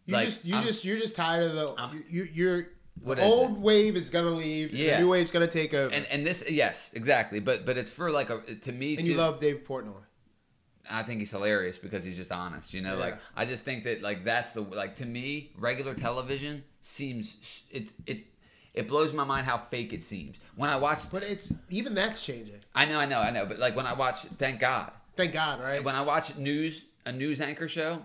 S2: You
S1: Like,
S2: just you
S1: I'm-
S2: just you're just tired of the
S1: I'm-
S2: you you're
S1: What
S2: the
S1: is
S2: old wave is gonna leave. Yeah.
S1: Yeah.
S2: The new wave's gonna take over.
S1: and
S2: And,
S1: and this yes exactly but but it's for like a to me
S2: you
S1: too,
S2: love Dave Portnoy.
S1: i think he's hilarious because he's just honest you know like
S2: Yeah.
S1: i just think that like that's the like to me regular television seems s- it it it blows my mind how fake it seems when i watch
S2: But it's even that's changing.
S1: i know i know i know but like when i watch thank god
S2: Thank God, right?
S1: when i watch news a news anchor show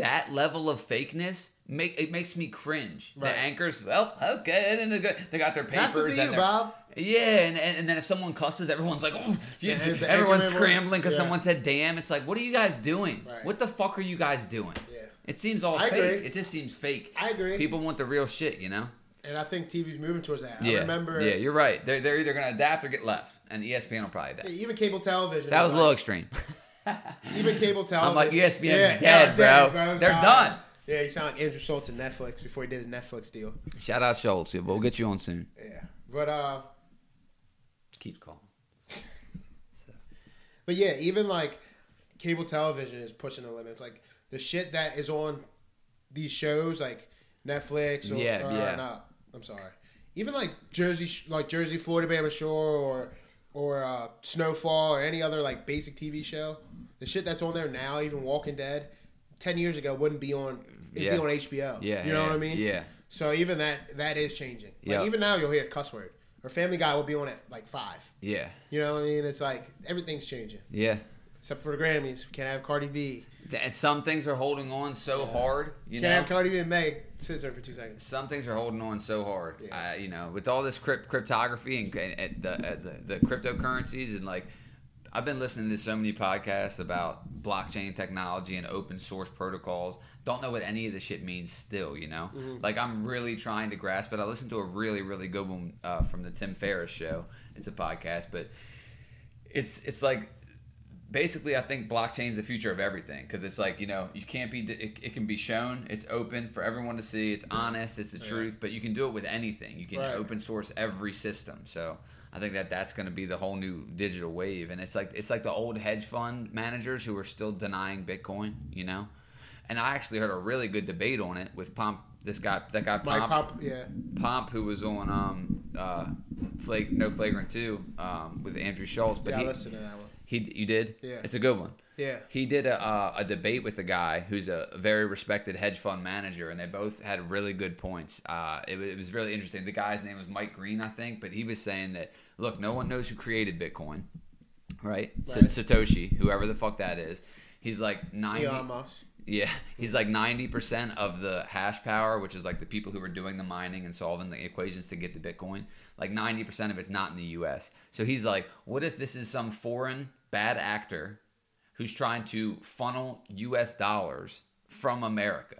S1: that level of fakeness make it makes me cringe
S2: Right.
S1: the anchors well okay and they got, they got their papers
S2: That's the
S1: and
S2: thing,
S1: their-
S2: Bob.
S1: Yeah, and, and, and then if someone cusses, everyone's like, oh, you-
S2: Yeah, the
S1: everyone's
S2: Anchorman
S1: scrambling because
S2: was- yeah.
S1: someone said damn. It's like, what are you guys doing?
S2: Right.
S1: What the fuck are you guys doing?
S2: Yeah.
S1: It seems all
S2: I
S1: fake.
S2: agree.
S1: It just seems fake.
S2: I agree.
S1: People want the real shit, you know?
S2: and I think TV's moving towards that.
S1: yeah.
S2: I remember
S1: Yeah, you're right. They're, they're either going to adapt or get left, and E ESPN will probably adapt.
S2: even cable television.
S1: That was
S2: is
S1: a
S2: like-
S1: little extreme.
S2: Even cable television.
S1: I'm like, "E ESPN's
S2: Yeah,
S1: dead,
S2: they're
S1: bro.
S2: It's
S1: They're
S2: not-
S1: done.
S2: Yeah, you sound like Andrew Schultz in Netflix before he did his Netflix deal.
S1: Shout out Schultz. yeah, but We'll get you on soon.
S2: Yeah, but uh,
S1: Keep calling.
S2: but yeah, even like cable television is pushing the limits. Like the shit that is on these shows, like Netflix. Or,
S1: Yeah,
S2: or
S1: yeah.
S2: Not, I'm sorry. Even like Jersey, Sh- like Jersey, Florida Bama Shore, or or uh, Snowfall, or any other like basic TV show. The shit that's on there now, even Walking Dead, ten years ago wouldn't be on. It'd
S1: Yeah.
S2: be on HBO.
S1: Yeah.
S2: you know
S1: yeah,
S2: what I mean.
S1: Yeah.
S2: So even that that is changing. Like
S1: Yeah.
S2: even now you'll hear a cuss word. Or Family Guy will be on at like five.
S1: Yeah.
S2: You know what I mean? It's like everything's changing.
S1: Yeah.
S2: Except for the Grammys. We can't have Cardi B.
S1: Th- And some things are holding on so hard. You
S2: Can't
S1: know?
S2: have Cardi B and Meg scissor for two seconds.
S1: some things are holding on so hard.
S2: Yeah.
S1: Uh, you know, with all this crypt- cryptography and, and, and the, uh, the the cryptocurrencies and like, I've been listening to so many podcasts about blockchain technology and open source protocols. Don't know what any of this shit means still. You know, like I'm really trying to grasp it. I listened to a really really good one uh, from the Tim Ferriss show. It's a podcast, but it's it's like basically i think blockchain's the future of everything because it's like you know you can't be it, it can be shown it's open for everyone to see it's honest it's the
S2: Yeah.
S1: truth but you can do it with anything you can
S2: Right.
S1: open source every system so i think that that's going to be the whole new digital wave and it's like it's like the old hedge fund managers who are still denying bitcoin you know and i actually heard a really good debate on it with pomp this guy that guy
S2: Mike
S1: Pomp-
S2: Pop yeah.
S1: Pomp, who was on um, uh, Flake No Flagrant Two um, with Andrew Schultz, but
S2: yeah, I
S1: he,
S2: listened to that one.
S1: he you did.
S2: Yeah.
S1: it's a good one.
S2: Yeah.
S1: He did a, uh, a debate with a guy who's a very respected hedge fund manager, and they both had really good points. Uh, it, wa- it was really interesting. The guy's name was Mike Green, I think, but he was saying that look, no one knows who created Bitcoin, right? So
S2: Right.
S1: Satoshi, whoever the fuck that is, he's like ninety.
S2: Elon Musk.
S1: Yeah, he's
S2: Mm-hmm.
S1: like 90% of the hash power, which is like the people who are doing the mining and solving the equations to get the Bitcoin. Like 90% of it's not in the US. So he's like, what if this is some foreign bad actor who's trying to funnel US dollars from America?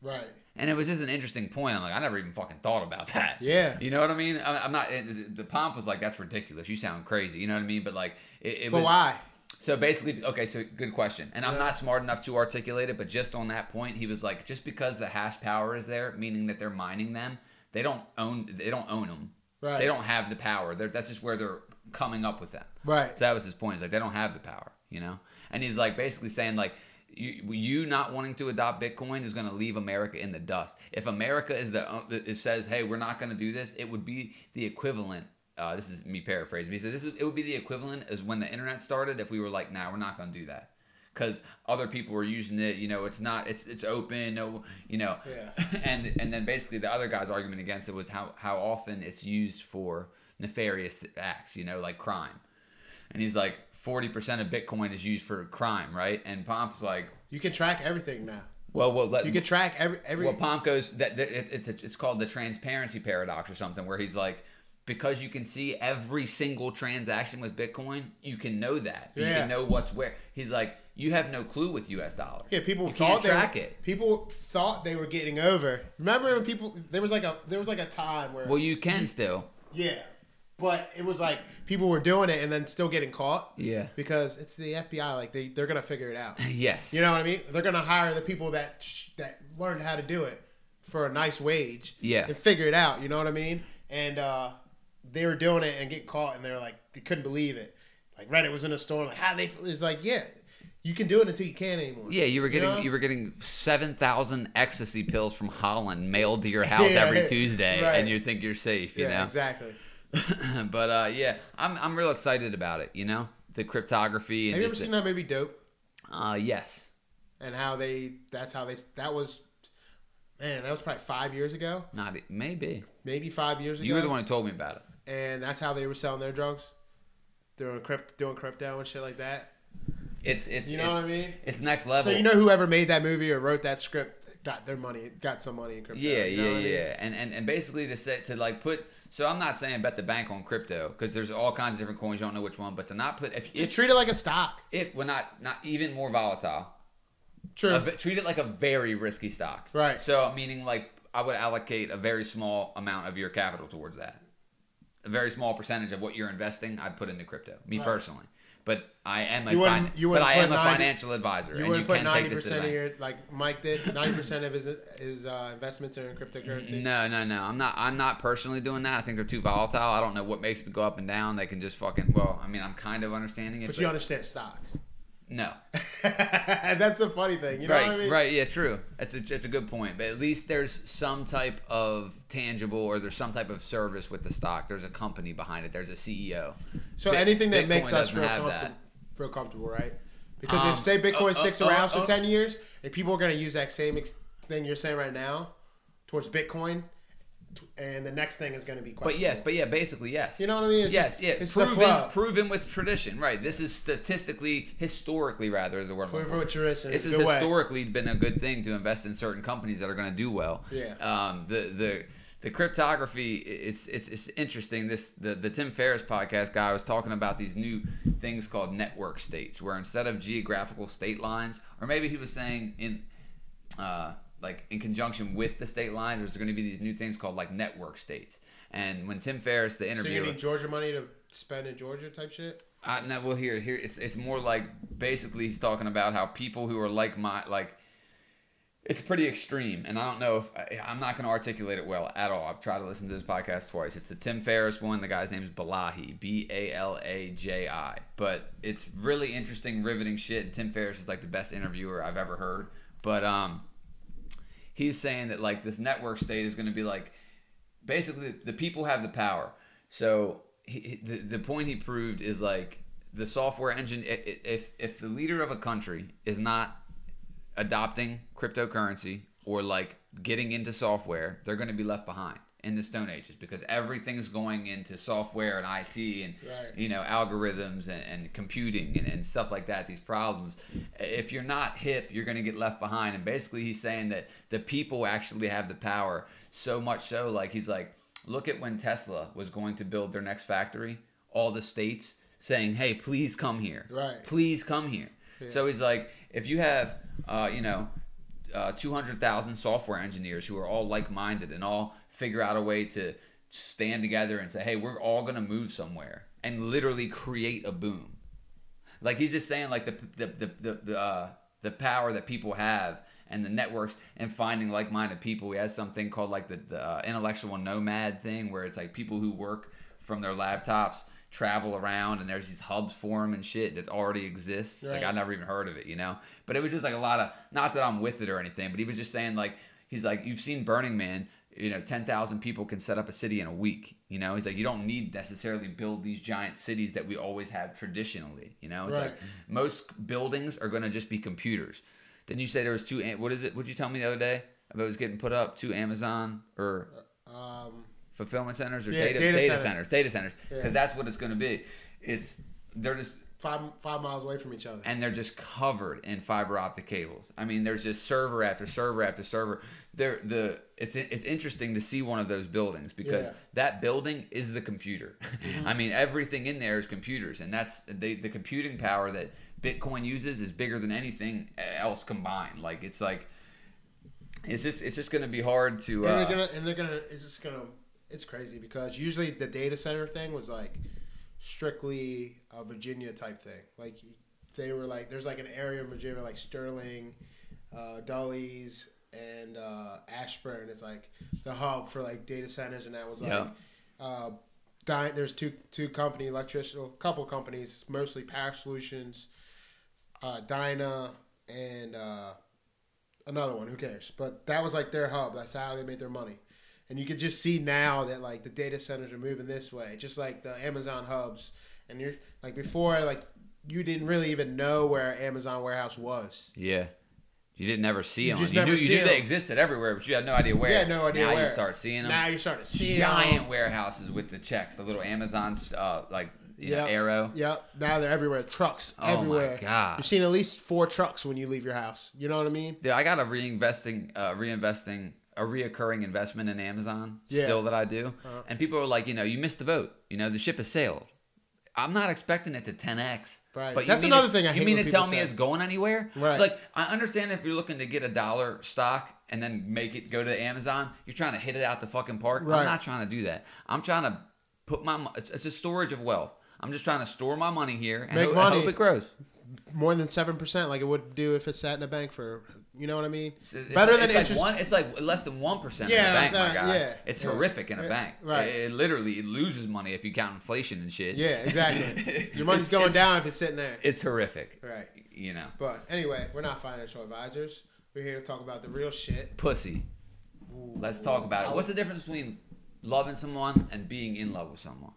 S2: Right.
S1: And it was just an interesting point. I'm like, I never even fucking thought about that.
S2: Yeah.
S1: You know what I mean? I- I'm not. it- The pomp was like, that's ridiculous. You sound crazy. You know what I mean? But like, it, it
S2: But
S1: was.
S2: why?
S1: So basically, okay, so good question. And I'm
S2: Yeah.
S1: not smart enough to articulate it, but just on that point, he was like, just because the hash power is there, meaning that they're mining them, they don't own they don't own them.
S2: Right.
S1: They don't have the power. They're, that's just where they're coming up with them.
S2: Right.
S1: So that was his point. He's like, they don't have the power, you know. And he's like, basically saying like. You, you not wanting to adopt Bitcoin is going to leave America in the dust. If America is the it says, "Hey, we're not going to do this," it would be the equivalent. Uh, this is me paraphrasing. He said, "This would, it would be the equivalent as when the internet started. If we were like, nah, we're not going to do that." Because other people were using it, you know, it's not, it's it's open, no, you know,
S2: Yeah.
S1: and and then basically the other guy's argument against it was how how often it's used for nefarious acts, you know, like crime. And he's like, forty percent of Bitcoin is used for crime, right? And Pomp's like,
S2: You can track everything now.
S1: well, well, let
S2: You can track every every
S1: well, Pomp goes that, that it, it's it's called the transparency paradox or something, where he's like, because you can see every single transaction with Bitcoin, you can know that, you
S2: Yeah.
S1: can know what's where. He's like, you have no clue with U.S. dollars.
S2: Yeah, people
S1: you
S2: thought
S1: can't
S2: they
S1: track it.
S2: People thought they were getting over. Remember when people there was like a there was like a time where
S1: Well, you can still.
S2: Yeah. But it was like people were doing it and then still getting caught.
S1: Yeah.
S2: Because it's the FBI. Like they they're gonna figure it out.
S1: Yes.
S2: You know what I mean? They're gonna hire the people that sh- that learned how to do it for a nice wage.
S1: Yeah.
S2: And figure it out. You know what I mean? And uh, they were doing it and getting caught and they're like they couldn't believe it. Like Reddit was in a storm. Like how they? It's like yeah. You can do it until you can't anymore.
S1: Yeah, you were getting you,
S2: know?
S1: were getting seven thousand ecstasy pills from Holland mailed to your house
S2: Yeah,
S1: every Tuesday,
S2: right.
S1: and you think you're safe, you
S2: yeah,
S1: know.
S2: exactly.
S1: but uh, yeah, I'm I'm real excited about it. You know, the cryptography and
S2: Have you ever
S1: just
S2: seen
S1: the,
S2: that movie Dope?
S1: uh, yes,
S2: And how they that's how they that was man that was probably five years ago,
S1: not e, maybe
S2: maybe five years ago.
S1: you were the one who told me about it.
S2: and that's how they were selling their drugs, doing crypt, doing crypto and shit like that.
S1: It's it's
S2: You know
S1: it's,
S2: what I mean?
S1: It's next level.
S2: So you know whoever made that movie or wrote that script got their money, got some money in crypto.
S1: Yeah,
S2: you know
S1: yeah,
S2: what I mean?
S1: yeah. And, and and basically to say to like put. So I'm not saying bet the bank on crypto because there's all kinds of different coins. You don't know which one, but to not put if
S2: Just
S1: if
S2: treat it like a stock.
S1: it were not not even more volatile.
S2: True.
S1: a ve- treat it like a very risky stock.
S2: Right.
S1: So meaning like I would allocate a very small amount of your capital towards that. A very small percentage of what you're investing, I'd put into crypto. Me
S2: Right.
S1: personally, but I am a
S2: You
S1: fin-
S2: wouldn't- you
S1: but
S2: wouldn't
S1: I
S2: put
S1: am a
S2: 90
S1: financial advisor,
S2: you
S1: and you
S2: wouldn't put
S1: can
S2: ninety
S1: take this to the
S2: percent of
S1: bank.
S2: your like Mike did. Ninety percent of his his uh, investments are in cryptocurrency.
S1: No, no, no. I'm not. I'm not personally doing that. I think they're too volatile. I don't know what makes them go up and down. They can just fucking. Well, I mean, I'm kind of understanding it.
S2: But you understand stocks.
S1: no.
S2: That's the funny thing. You know
S1: right,
S2: what I mean?
S1: right, yeah, true. That's a it's a good point. But at least there's some type of tangible, or there's some type of service with the stock. There's a company behind it. There's a E CEO.
S2: So
S1: Bit-
S2: anything that
S1: Bitcoin
S2: makes us
S1: doesn't
S2: feel
S1: have
S2: comfortable,
S1: that.
S2: feel comfortable, right? Because
S1: Um,
S2: if say Bitcoin
S1: uh,
S2: sticks
S1: uh, uh,
S2: around for
S1: uh.
S2: ten years, and people are going to use that same ex- thing you're saying right now towards Bitcoin, t- and the next thing is going to be
S1: But
S2: questionable.
S1: yes, but yeah, basically yes.
S2: You know what I mean? It's
S1: yes,
S2: just-
S1: yeah.
S2: it's the
S1: proven,
S2: flow.
S1: proven with tradition. Right. This is statistically, historically, rather is the word. I'm looking
S2: Prove what you're listening.
S1: This has
S2: Good way.
S1: historically been a good thing to invest in certain companies that are going to do well.
S2: Yeah.
S1: Um, the the the cryptography i- it's it's it's interesting. This the the Tim Ferriss podcast guy was talking about these new things called network states, where instead of geographical state lines, or maybe he was saying in. Uh, like in conjunction with the state lines, there's going to be these new things called like network states. And when Tim Ferriss, the
S2: So
S1: interviewer,
S2: you need Georgia money to spend in Georgia type shit.
S1: I, no, well, here, here, it's it's more like basically he's talking about how people who are like my like. It's pretty extreme, and I don't know if I, I'm not going to articulate it well at all. I've tried to listen to this podcast twice. It's the Tim Ferriss one. The guy's name is Balaji, B A L A J I. But it's really interesting, riveting shit. And Tim Ferriss is like the best interviewer I've ever heard. But um, he was saying that like this network state is going to be like basically the people have the power so he, he- the, the point he proved is like the software engine i- i- if if the leader of a country is not adopting cryptocurrency or like getting into software they're going to be left behind in the stone ages because everything's going into software and IT and
S2: Right.
S1: you know algorithms and, and computing and, and stuff like that these problems if you're not hip you're going to get left behind and basically he's saying that the people actually have the power so much so like he's like look at when tesla was going to build their next factory all the states saying hey please come here
S2: Right.
S1: please come here so he's like if you have uh, you know uh, 200,000 software engineers who are all like minded and all figure out a way to stand together and say, hey, we're all going to move somewhere and literally create a boom. Like he's just saying, like the the the the the, uh, the power that people have and the networks and finding like-minded people. He has something called like the, the uh, intellectual nomad thing, where it's like people who work from their laptops travel around, and there's these hubs for them and shit that already exists. Like I
S2: Right.
S1: never even heard of it, you know. But it was just like a lot of not that I'm with it or anything, but he was just saying like he's like you've seen Burning Man. You know, ten thousand people can set up a city in a week. You know, he's like you don't need necessarily build these giant cities that we always have traditionally. You know, it's
S2: Right.
S1: like most buildings are going to just be computers. Then you say there was two. Am- What is it? What did you tell me the other day about it was getting put up two Amazon or
S2: Um,
S1: fulfillment centers or
S2: Yeah,
S1: data, data,
S2: data center.
S1: centers, data centers, because
S2: Yeah.
S1: that's what it's going to be. It's they're just
S2: five five miles away from each other.
S1: and they're just covered in fiber optic cables. I mean, there's just server after server after server. There, the it's it's interesting to see one of those buildings because
S2: Yeah. Mm-hmm.
S1: that building is the computer. I mean, everything in there is computers, and that's they, the computing power that Bitcoin uses is bigger than anything else combined. Like it's like it's just it's just going to be hard to.
S2: And
S1: Uh,
S2: they're gonna and they're gonna it's just gonna it's crazy because usually the data center thing was like strictly a Virginia type thing. Like they were like there's like an area in Virginia like Sterling, uh, Dulles, and uh, Ashburn is like the hub for like data centers, and that was like.
S1: Yeah.
S2: Uh, Dy- there's two two company electrician, a couple companies, mostly Power Solutions, uh, Dinah and uh, another one. Who cares? But that was like their hub. That's how they made their money. And you could just see now that like the data centers are moving this way, just like the Amazon hubs. And you're like before, like you didn't really even know where Amazon warehouse was.
S1: Yeah. You didn't ever see
S2: You
S1: them.
S2: just
S1: You
S2: never
S1: knew, you
S2: see
S1: knew they
S2: them.
S1: existed everywhere, but you had no idea where.
S2: You had no idea
S1: now
S2: where.
S1: you start seeing them.
S2: Now you're starting to see 'em.
S1: Giant warehouses with the checks, the little Amazon's, uh, like you know,
S2: Yep.
S1: arrow.
S2: Yep. Now they're everywhere. Trucks
S1: Oh my
S2: everywhere.
S1: God.
S2: You've seen at least four trucks when you leave your house. You know what I mean?
S1: Dude, I got a reinvesting, uh, reinvesting, a reoccurring investment in Amazon
S2: Yeah.
S1: still that I do.
S2: Uh-huh.
S1: And people are like, you know, you missed the boat. You know, the ship has sailed. I'm not expecting it to 10x.
S2: Right.
S1: you
S2: That's
S1: mean
S2: another
S1: to-
S2: thing I
S1: You
S2: hate
S1: mean
S2: when
S1: to tell
S2: people
S1: me
S2: say.
S1: it's going anywhere?
S2: Right.
S1: Like, I understand if you're looking to get a dollar stock and then make it go to Amazon, you're trying to hit it out the fucking park.
S2: Right.
S1: I'm not trying to do that. I'm trying to put my, mo- it's, it's a storage of wealth. I'm just trying to store my money here and,
S2: Make
S1: ho- and
S2: money.
S1: hope it grows.
S2: More than seven percent, like it would do if it sat in a bank for. You know what I mean?
S1: It's- it's-
S2: Better
S1: it's
S2: than
S1: like
S2: interest.
S1: One, it's like less than one percent
S2: Yeah,
S1: in a bank, my
S2: I'm saying,
S1: guy.
S2: yeah,
S1: it's
S2: yeah.
S1: horrific in a
S2: Yeah,
S1: bank.
S2: right.
S1: It, it literally it loses money if you count inflation and shit.
S2: yeah, exactly. Your money's
S1: It's-
S2: going
S1: it's-
S2: down if it's sitting there.
S1: It's horrific.
S2: Right.
S1: You know,
S2: But anyway, we're not financial advisors. We're here to talk about the real shit.
S1: pussy.
S2: Ooh.
S1: Let's talk about
S2: I
S1: it. What's the difference between loving someone and being in love with someone?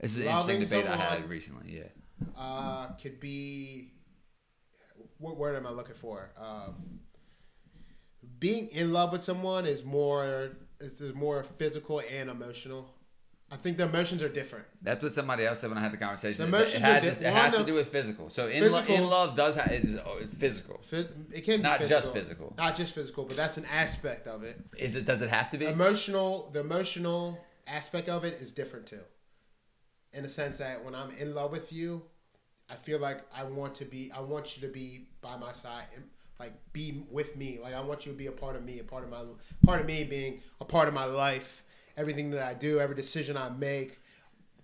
S1: This is an
S2: Loving
S1: interesting debate I had
S2: someone-
S1: recently. Yeah.
S2: uh, could be what word am I looking for? Um, being in love with someone is more is is more physical and emotional. I think the emotions are different.
S1: That's what somebody else said when I had the
S2: The
S1: conversation. It-
S2: emotions
S1: it
S2: are
S1: had,
S2: diff-
S1: it has
S2: one
S1: to
S2: of-
S1: do with physical. So in, lo- in
S2: Physical-
S1: love does have it is, oh, it's physical.
S2: Phys- It can be
S1: Not
S2: physical.
S1: just physical.
S2: not just physical, but that's an aspect of it.
S1: Is it? Does it have to be?
S2: Emotional, the emotional aspect of it is different too. In the sense that when I'm in love with you, I feel like I want to be, I want you to be by my side, and like be with me. Like I want you to be a part of me, a part of my, part of me being a part of my life. Everything that I do, every decision I make.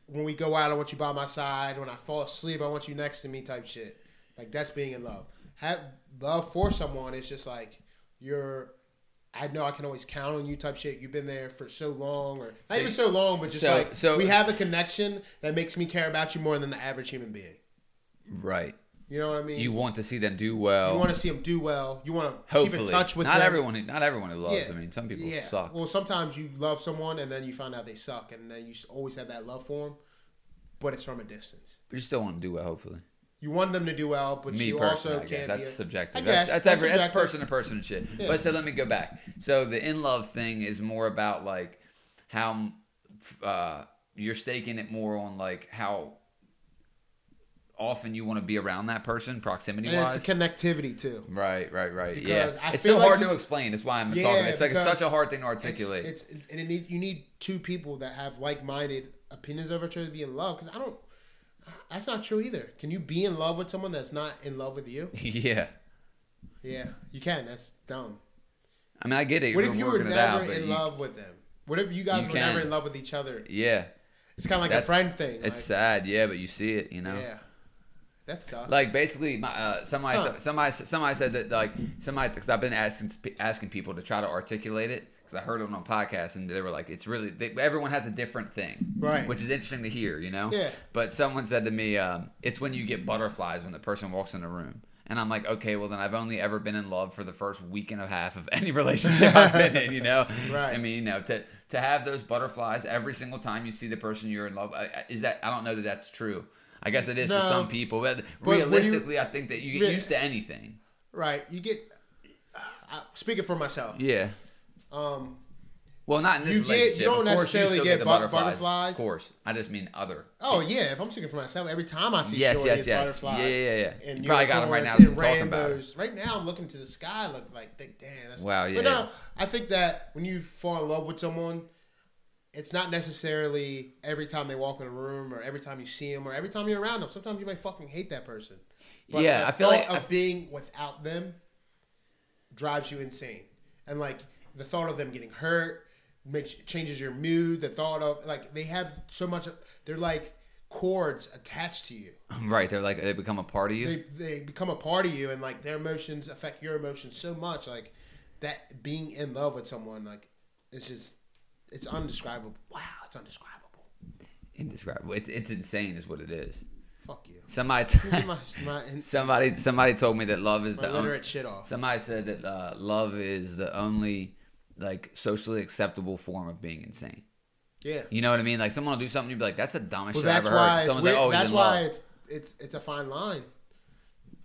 S2: When we go out, I want you by my side. When I fall asleep, I want you next to me. Type shit. Like that's being in love. Have love for someone is just like you're. I know I can always count on you. Type shit. You've been there for so long, or not
S1: So
S2: even
S1: you-
S2: so long, but just
S1: so-
S2: like
S1: so-
S2: we have a connection that makes me care about you more than the average human being.
S1: right.
S2: You know what I mean?
S1: You
S2: You,
S1: want to see them do well.
S2: want to see them do well. You want to keep
S1: Hopefully,
S2: in touch with
S1: not
S2: them.
S1: everyone. Who, not everyone who loves.
S2: Yeah.
S1: I mean, some people
S2: Yeah.
S1: suck.
S2: Well, sometimes you love someone and then you find out they suck, and then you always have that love for them, but it's from a distance.
S1: but you still want to do it. Hopefully,
S2: You want them to do well, but
S1: me
S2: you
S1: personally,
S2: also
S1: I guess
S2: can't.
S1: that's
S2: be a-
S1: subjective.
S2: I
S1: That's,
S2: guess,
S1: that's,
S2: that's
S1: every that's
S2: subjective.
S1: person to person and shit.
S2: Yeah.
S1: But so let me go back. So the in love thing is more about like how uh, you're staking it more on like how often you want to be around that person, proximity
S2: and
S1: wise.
S2: it's a connectivity too.
S1: Right, right, right.
S2: Because
S1: yeah,
S2: I
S1: it's
S2: feel
S1: so
S2: like
S1: hard
S2: you-
S1: to explain. That's why I'm
S2: Yeah,
S1: talking. It's like it's
S2: because
S1: such a hard thing to
S2: It's,
S1: articulate.
S2: it's and it need, you need two people that have like-minded opinions of each other to be in love. Because I don't. That's not true either. Can you be in love with someone that's not in love with you?
S1: yeah,
S2: Yeah, you can. That's dumb.
S1: I mean, I get it.
S2: What
S1: you're
S2: if you were
S1: working
S2: never
S1: it out, but
S2: in
S1: you-
S2: love with them? What if you guys
S1: You
S2: were never
S1: can.
S2: in love with each other?
S1: Yeah,
S2: It's kind of like a
S1: That's-
S2: friend thing.
S1: It's
S2: like,
S1: sad, yeah, but you see it, you know.
S2: yeah, that sucks.
S1: Like basically, my, uh, somebody,
S2: Huh.
S1: somebody, somebody said that like somebody because I've been asking sp- asking people to try to articulate it because I heard it on a podcast and they were like, it's really they, everyone has a different thing,
S2: Right.
S1: Which is interesting to hear, you know.
S2: Yeah.
S1: But someone said to me, um, it's when you get butterflies when the person walks in the room. And I'm like, okay, well then I've only ever been in love for the first week and a half of any relationship I've been in, you know.
S2: Right.
S1: I mean, you know, to to have those butterflies every single time you see the person you're in love I- I- is that I don't know that that's true. I guess it is
S2: No.
S1: for some people, but
S2: what do you-
S1: realistically, I think that you get
S2: Re-
S1: used to anything.
S2: right? You get. I, speaking for myself,
S1: Yeah.
S2: um,
S1: Well, not in this
S2: You get- you
S1: relationship.
S2: don't
S1: Of course,
S2: necessarily
S1: still
S2: get
S1: the
S2: bu- butterflies.
S1: Of course, I just mean other.
S2: oh yeah. If I'm speaking for myself, every time I see
S1: Yes,
S2: stories,
S1: yes, yes.
S2: butterflies,
S1: Yeah, yeah, yeah.
S2: and
S1: You probably got 'em right now
S2: unicorns
S1: since I'm talking
S2: and
S1: about it.
S2: rainbows. Right now, I'm looking to the sky, look like, think, damn, that's
S1: Wow, yeah.
S2: But no, I think that when you fall in love with someone, it's not necessarily every time they walk in a room or every time you see them or every time you're around them. Sometimes you might fucking hate that person.
S1: Yeah,
S2: the
S1: I feel
S2: thought
S1: like-
S2: of
S1: I-
S2: being without them drives you insane, and like the thought of them getting hurt makes changes your mood. The thought of like they have so much, they're like cords attached to you.
S1: Right. They're like they become a part of you.
S2: They they become a part of you, and like their emotions affect your emotions so much. Like that being in love with someone, like it's just it's undescribable. Wow, it's undescribable.
S1: Indescribable. It's it's insane, is what it is.
S2: Fuck you.
S1: Somebody,
S2: Get my, my,
S1: somebody, somebody told me that love is
S2: my
S1: the um, only.
S2: literate shit off.
S1: Somebody said that uh, love is the only like socially acceptable form of being insane.
S2: Yeah.
S1: You know what I mean? Like someone will do something, you'd be like, "That's the dumbest
S2: Well,
S1: shit I've
S2: that's
S1: ever
S2: why
S1: heard."
S2: it's
S1: Someone's
S2: weird.
S1: like, "Oh, he's
S2: that's
S1: in
S2: why
S1: love."
S2: it's it's it's a fine line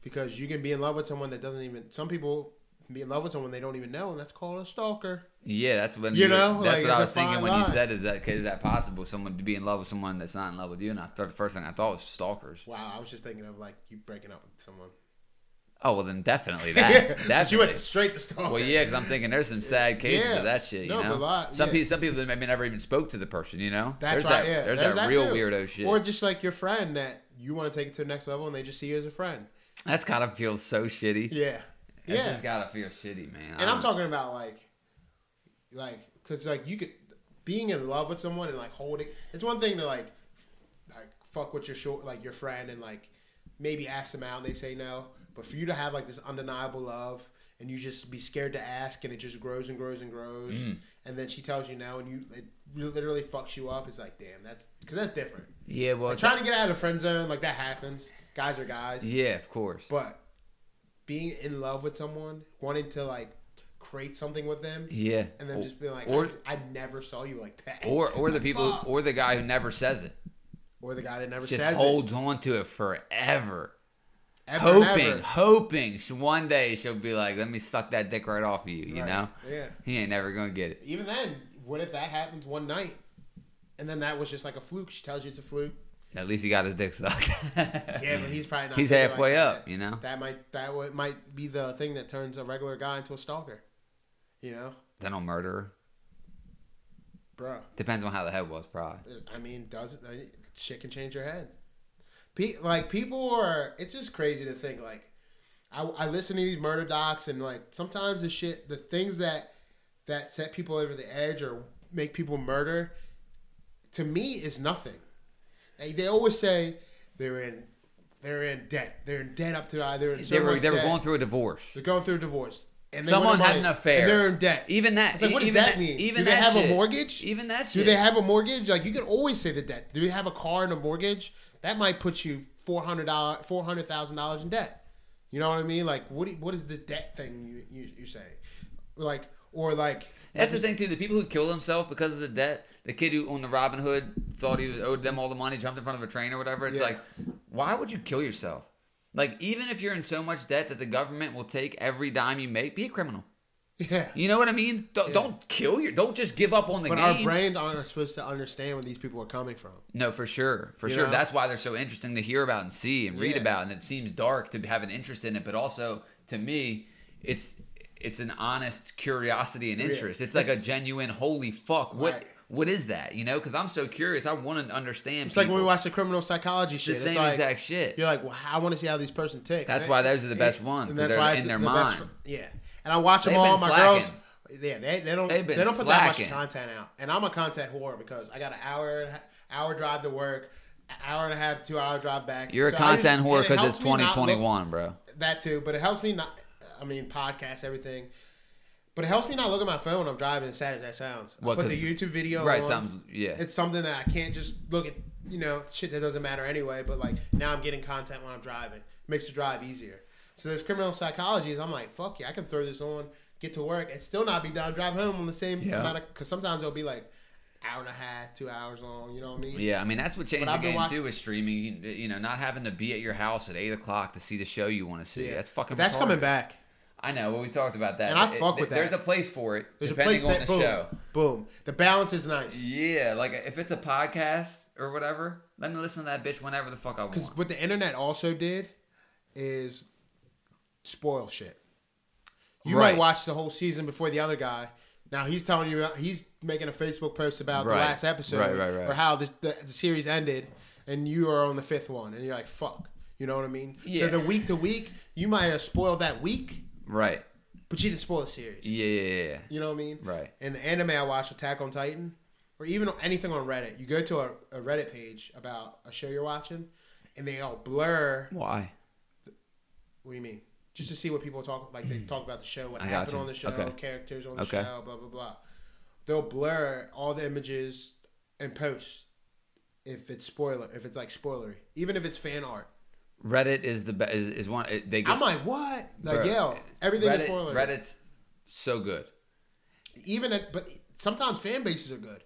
S2: because you can be in love with someone that doesn't even. Some people can be in love with someone they don't even know, and that's called a stalker.
S1: Yeah, that's when
S2: You know,
S1: That's what I
S2: like, it's a
S1: was thinking
S2: fine
S1: when you
S2: line.
S1: said, "Is that is that possible? Someone to be in love with someone that's not in love with you?" And I thought the first thing I thought was stalkers.
S2: Wow, I was just thinking of like you breaking up with someone.
S1: Oh well, then definitely that.
S2: Yeah,
S1: definitely.
S2: you went straight to stalker.
S1: Well, yeah, because I'm thinking there's some sad cases
S2: Yeah.
S1: of that shit. You
S2: No,
S1: know,
S2: but a lot-
S1: some
S2: yeah.
S1: people, some people maybe never even spoke to the person. You know,
S2: That's
S1: there's
S2: right.
S1: That,
S2: yeah,
S1: there's, that, real
S2: too.
S1: weirdo shit.
S2: Or just like your friend that you want to take it to the next level, and they just see you as a friend.
S1: That's gotta feel so shitty.
S2: Yeah,
S1: That's
S2: yeah.
S1: just gotta um, feel shitty, man.
S2: and I'm
S1: I'm-
S2: talking about like, like, cause like you could being in love with someone and like holding. It's one thing to like, f- like fuck with your short like your friend and like maybe ask them out and they say no, but for you to have like this undeniable love and you just be scared to ask and it just grows and grows and grows,
S1: Mm.
S2: and then she tells you no and you it literally fucks you up. It's like damn, that's because that's different.
S1: Yeah, well,
S2: Like, trying to get out of the friend zone like that happens. Guys are guys.
S1: yeah, of course.
S2: But being in love with someone, wanting to like create something with them,
S1: Yeah.
S2: and then just being like,
S1: or
S2: I, I never saw you like that.
S1: or or the people
S2: Fuck.
S1: or the guy who never says it,
S2: Or the guy that never
S1: just
S2: says it.
S1: holds on to it forever,
S2: Ever and
S1: hoping,
S2: ever.
S1: hoping she, one day she'll be like, "Let me suck that dick right off of you," you
S2: Right.
S1: know.
S2: Yeah.
S1: He ain't never gonna get it.
S2: Even then, what if that happens one night? And then that was just like a fluke. She tells you it's a fluke.
S1: At least he got his dick sucked.
S2: Yeah, but he's probably not.
S1: He's
S2: thinking like
S1: halfway
S2: that.
S1: up, you know.
S2: That might that would, might be the thing that turns a regular guy into a stalker. You know,
S1: Then I'll murder her.
S2: bro.
S1: Depends on how the head was, probably.
S2: I mean, does uh, shit can change your head? Pe- like people are. It's just crazy to think. Like, I, I listen to these murder docs, and like sometimes the shit, the things that that set people over the edge or make people murder, to me is nothing. Like, they always say they're in they're in debt. They're in debt up to eye. They're in so
S1: they were
S2: much
S1: they were
S2: debt.
S1: going through a divorce.
S2: They're going through a divorce. And they want
S1: Someone
S2: their
S1: had
S2: money,
S1: an affair.
S2: And they're in debt.
S1: Even that.
S2: It's like, what does
S1: even
S2: that mean?
S1: Even
S2: Do they
S1: that
S2: have a
S1: shit.
S2: mortgage?
S1: Even that shit.
S2: Do they have a mortgage? Like you could always say the debt. Do they have a car and a mortgage? That might put you four hundred dollars, four hundred thousand dollars in debt. You know what I mean? Like what? do- What is the debt thing you you you say? Like or like
S1: That's the thing too. The people who kill themselves because of the debt. The kid who on the Robin Hood thought he was owed them all the money, jumped in front of a train or whatever. It's
S2: Yeah.
S1: like, why would you kill yourself? Like even if you're in so much debt that the government will take every dime you make, be a criminal.
S2: Yeah.
S1: You know what I mean? Don't, don't kill your. Don't just give up on the
S2: But
S1: game.
S2: our brains aren't supposed to understand where these people are coming from.
S1: No, for sure, for
S2: You
S1: sure.
S2: know?
S1: That's why they're so interesting to hear about and see and read
S2: Yeah.
S1: about, and it seems dark to have an interest in it, but also to me, it's it's an honest curiosity and
S2: Yeah.
S1: interest. It's like a genuine, holy fuck, what
S2: Right.
S1: what is that? You know, because I'm so curious, I want to understand.
S2: It's like when we
S1: people.
S2: watch the criminal psychology
S1: the
S2: shit.
S1: same
S2: it's like,
S1: exact shit.
S2: You're like, well, I want to see how these person ticks.
S1: That's
S2: And
S1: why
S2: it-
S1: those are the best ones, 'cause they're in
S2: it's
S1: their
S2: the best
S1: mind.
S2: one. yeah, and I watch
S1: They've
S2: them all.
S1: been
S2: My
S1: slacking.
S2: girls, yeah, they, they don't they
S1: They've been
S2: don't put
S1: slacking.
S2: that much content out, and I'm a content whore because I got an hour and a ha- hour drive to work, an hour and a half, two hour drive back.
S1: You're a
S2: So I
S1: content
S2: usually-
S1: whore
S2: and it
S1: because
S2: helps
S1: it's
S2: me not look-
S1: 2021, bro.
S2: That too, but it helps me not. I mean, podcast everything. But it helps me not look at my phone when I'm driving, as sad as that sounds.
S1: What,
S2: I put the
S1: 'cause-
S2: YouTube video
S1: right,
S2: on.
S1: something's- yeah.
S2: It's something that I can't just look at, you know, shit that doesn't matter anyway. But like now I'm getting content when I'm driving. Makes the drive easier. So there's criminal psychologies. I'm like, fuck yeah, I can throw this on, get to work, and still not be done. Drive home on the same
S1: Yeah.
S2: amount of, because sometimes it'll be like hour and a half, two hours long. You know what I mean?
S1: Yeah, I mean that's what changed
S2: But
S1: the
S2: I've been
S1: game
S2: watching-
S1: too with streaming. You, you know, not having to be at your house at eight o'clock to see the show you want to see.
S2: Yeah.
S1: That's fucking.
S2: But that's coming
S1: retarded.
S2: back.
S1: I know. Well, we talked about that.
S2: And I
S1: It-
S2: fuck
S1: it-
S2: with that.
S1: There's a place for it,
S2: There's
S1: depending
S2: a play,
S1: on the
S2: boom,
S1: show.
S2: Boom. The balance is nice.
S1: Yeah, like if it's a podcast or whatever, let me listen to that bitch whenever the fuck I want.
S2: Because what the internet also did is spoil shit. You
S1: Right.
S2: might watch the whole season before the other guy. Now he's telling you he's making a Facebook post about
S1: Right.
S2: the last episode
S1: Right, right, right.
S2: or how the, the, the series ended, and you are on the fifth one, and you're like, "Fuck," you know what I mean?
S1: Yeah.
S2: So the week to week, you might have spoiled that week,
S1: Right.
S2: but you didn't spoil the series.
S1: Yeah, yeah, yeah.
S2: You know what I mean?
S1: Right.
S2: And the anime I watch, Attack on Titan, or even anything on Reddit, you go to a, a Reddit page about a show you're watching, and they all blur.
S1: Why?
S2: What do you mean? Just to see what people talk like. They talk about the show, what
S1: I got
S2: happened
S1: you.
S2: on the show,
S1: Okay.
S2: characters on the
S1: Okay.
S2: show, blah blah blah. They'll blur all the images and posts if it's spoiler, if it's like spoilery, even if it's fan art.
S1: Reddit is the best. Is, is one it- they get
S2: I'm like, what?
S1: Bro,
S2: Like, yeah, everything
S1: Reddit,
S2: is spoilery.
S1: Reddit's so good.
S2: Even at, but sometimes fan bases are good.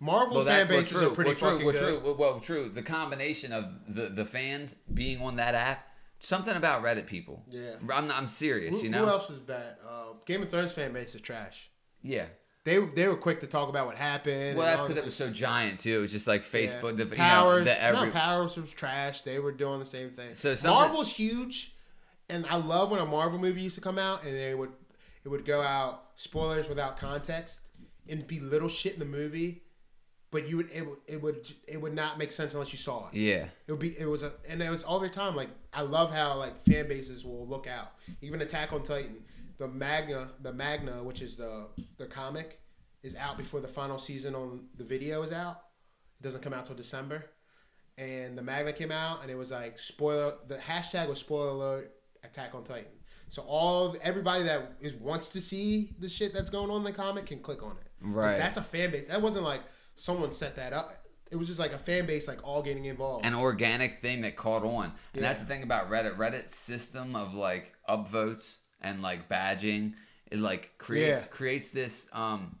S2: Marvel's
S1: that-
S2: fan bases are pretty
S1: well, true,
S2: fucking
S1: well,
S2: good.
S1: true, well, well, true. The combination of the, the fans being on that app, something about Reddit people.
S2: Yeah.
S1: I'm, I'm serious,
S2: Who,
S1: you
S2: who
S1: know?
S2: else is bad? Uh, Game of Thrones fan base is trash.
S1: Yeah.
S2: They they were quick to talk about what happened.
S1: Well,
S2: and
S1: that's
S2: all
S1: because it
S2: this-
S1: was so giant, too. It was just like
S2: yeah.
S1: Facebook, the,
S2: powers.
S1: you know, the every,
S2: no, powers was trash. They were doing the same thing.
S1: So something-
S2: Marvel's huge, and I love when a Marvel movie used to come out and they would it would go out spoilers without context and be little shit in the movie, but you would it would it would it would not make sense unless you saw it.
S1: Yeah.
S2: It would be it was a and it was all the time. Like I love how like fan bases will look out. Even Attack on Titan, the Magna, the Magna, which is the the comic, is out before the final season on the video is out. It doesn't come out till December, and the Magna came out and it was like spoiler. The hashtag was spoiler alert, Attack on Titan. So all everybody that is wants to see the shit that's going on in the comic can click on it. Like,
S1: Right.
S2: that's a fan base. That wasn't like someone set that up. It was just like a fan base, like all getting involved.
S1: an organic thing that caught on. And that's
S2: Yeah.
S1: the thing about Reddit. Reddit's system of like upvotes and like badging it like creates
S2: Yeah.
S1: creates this um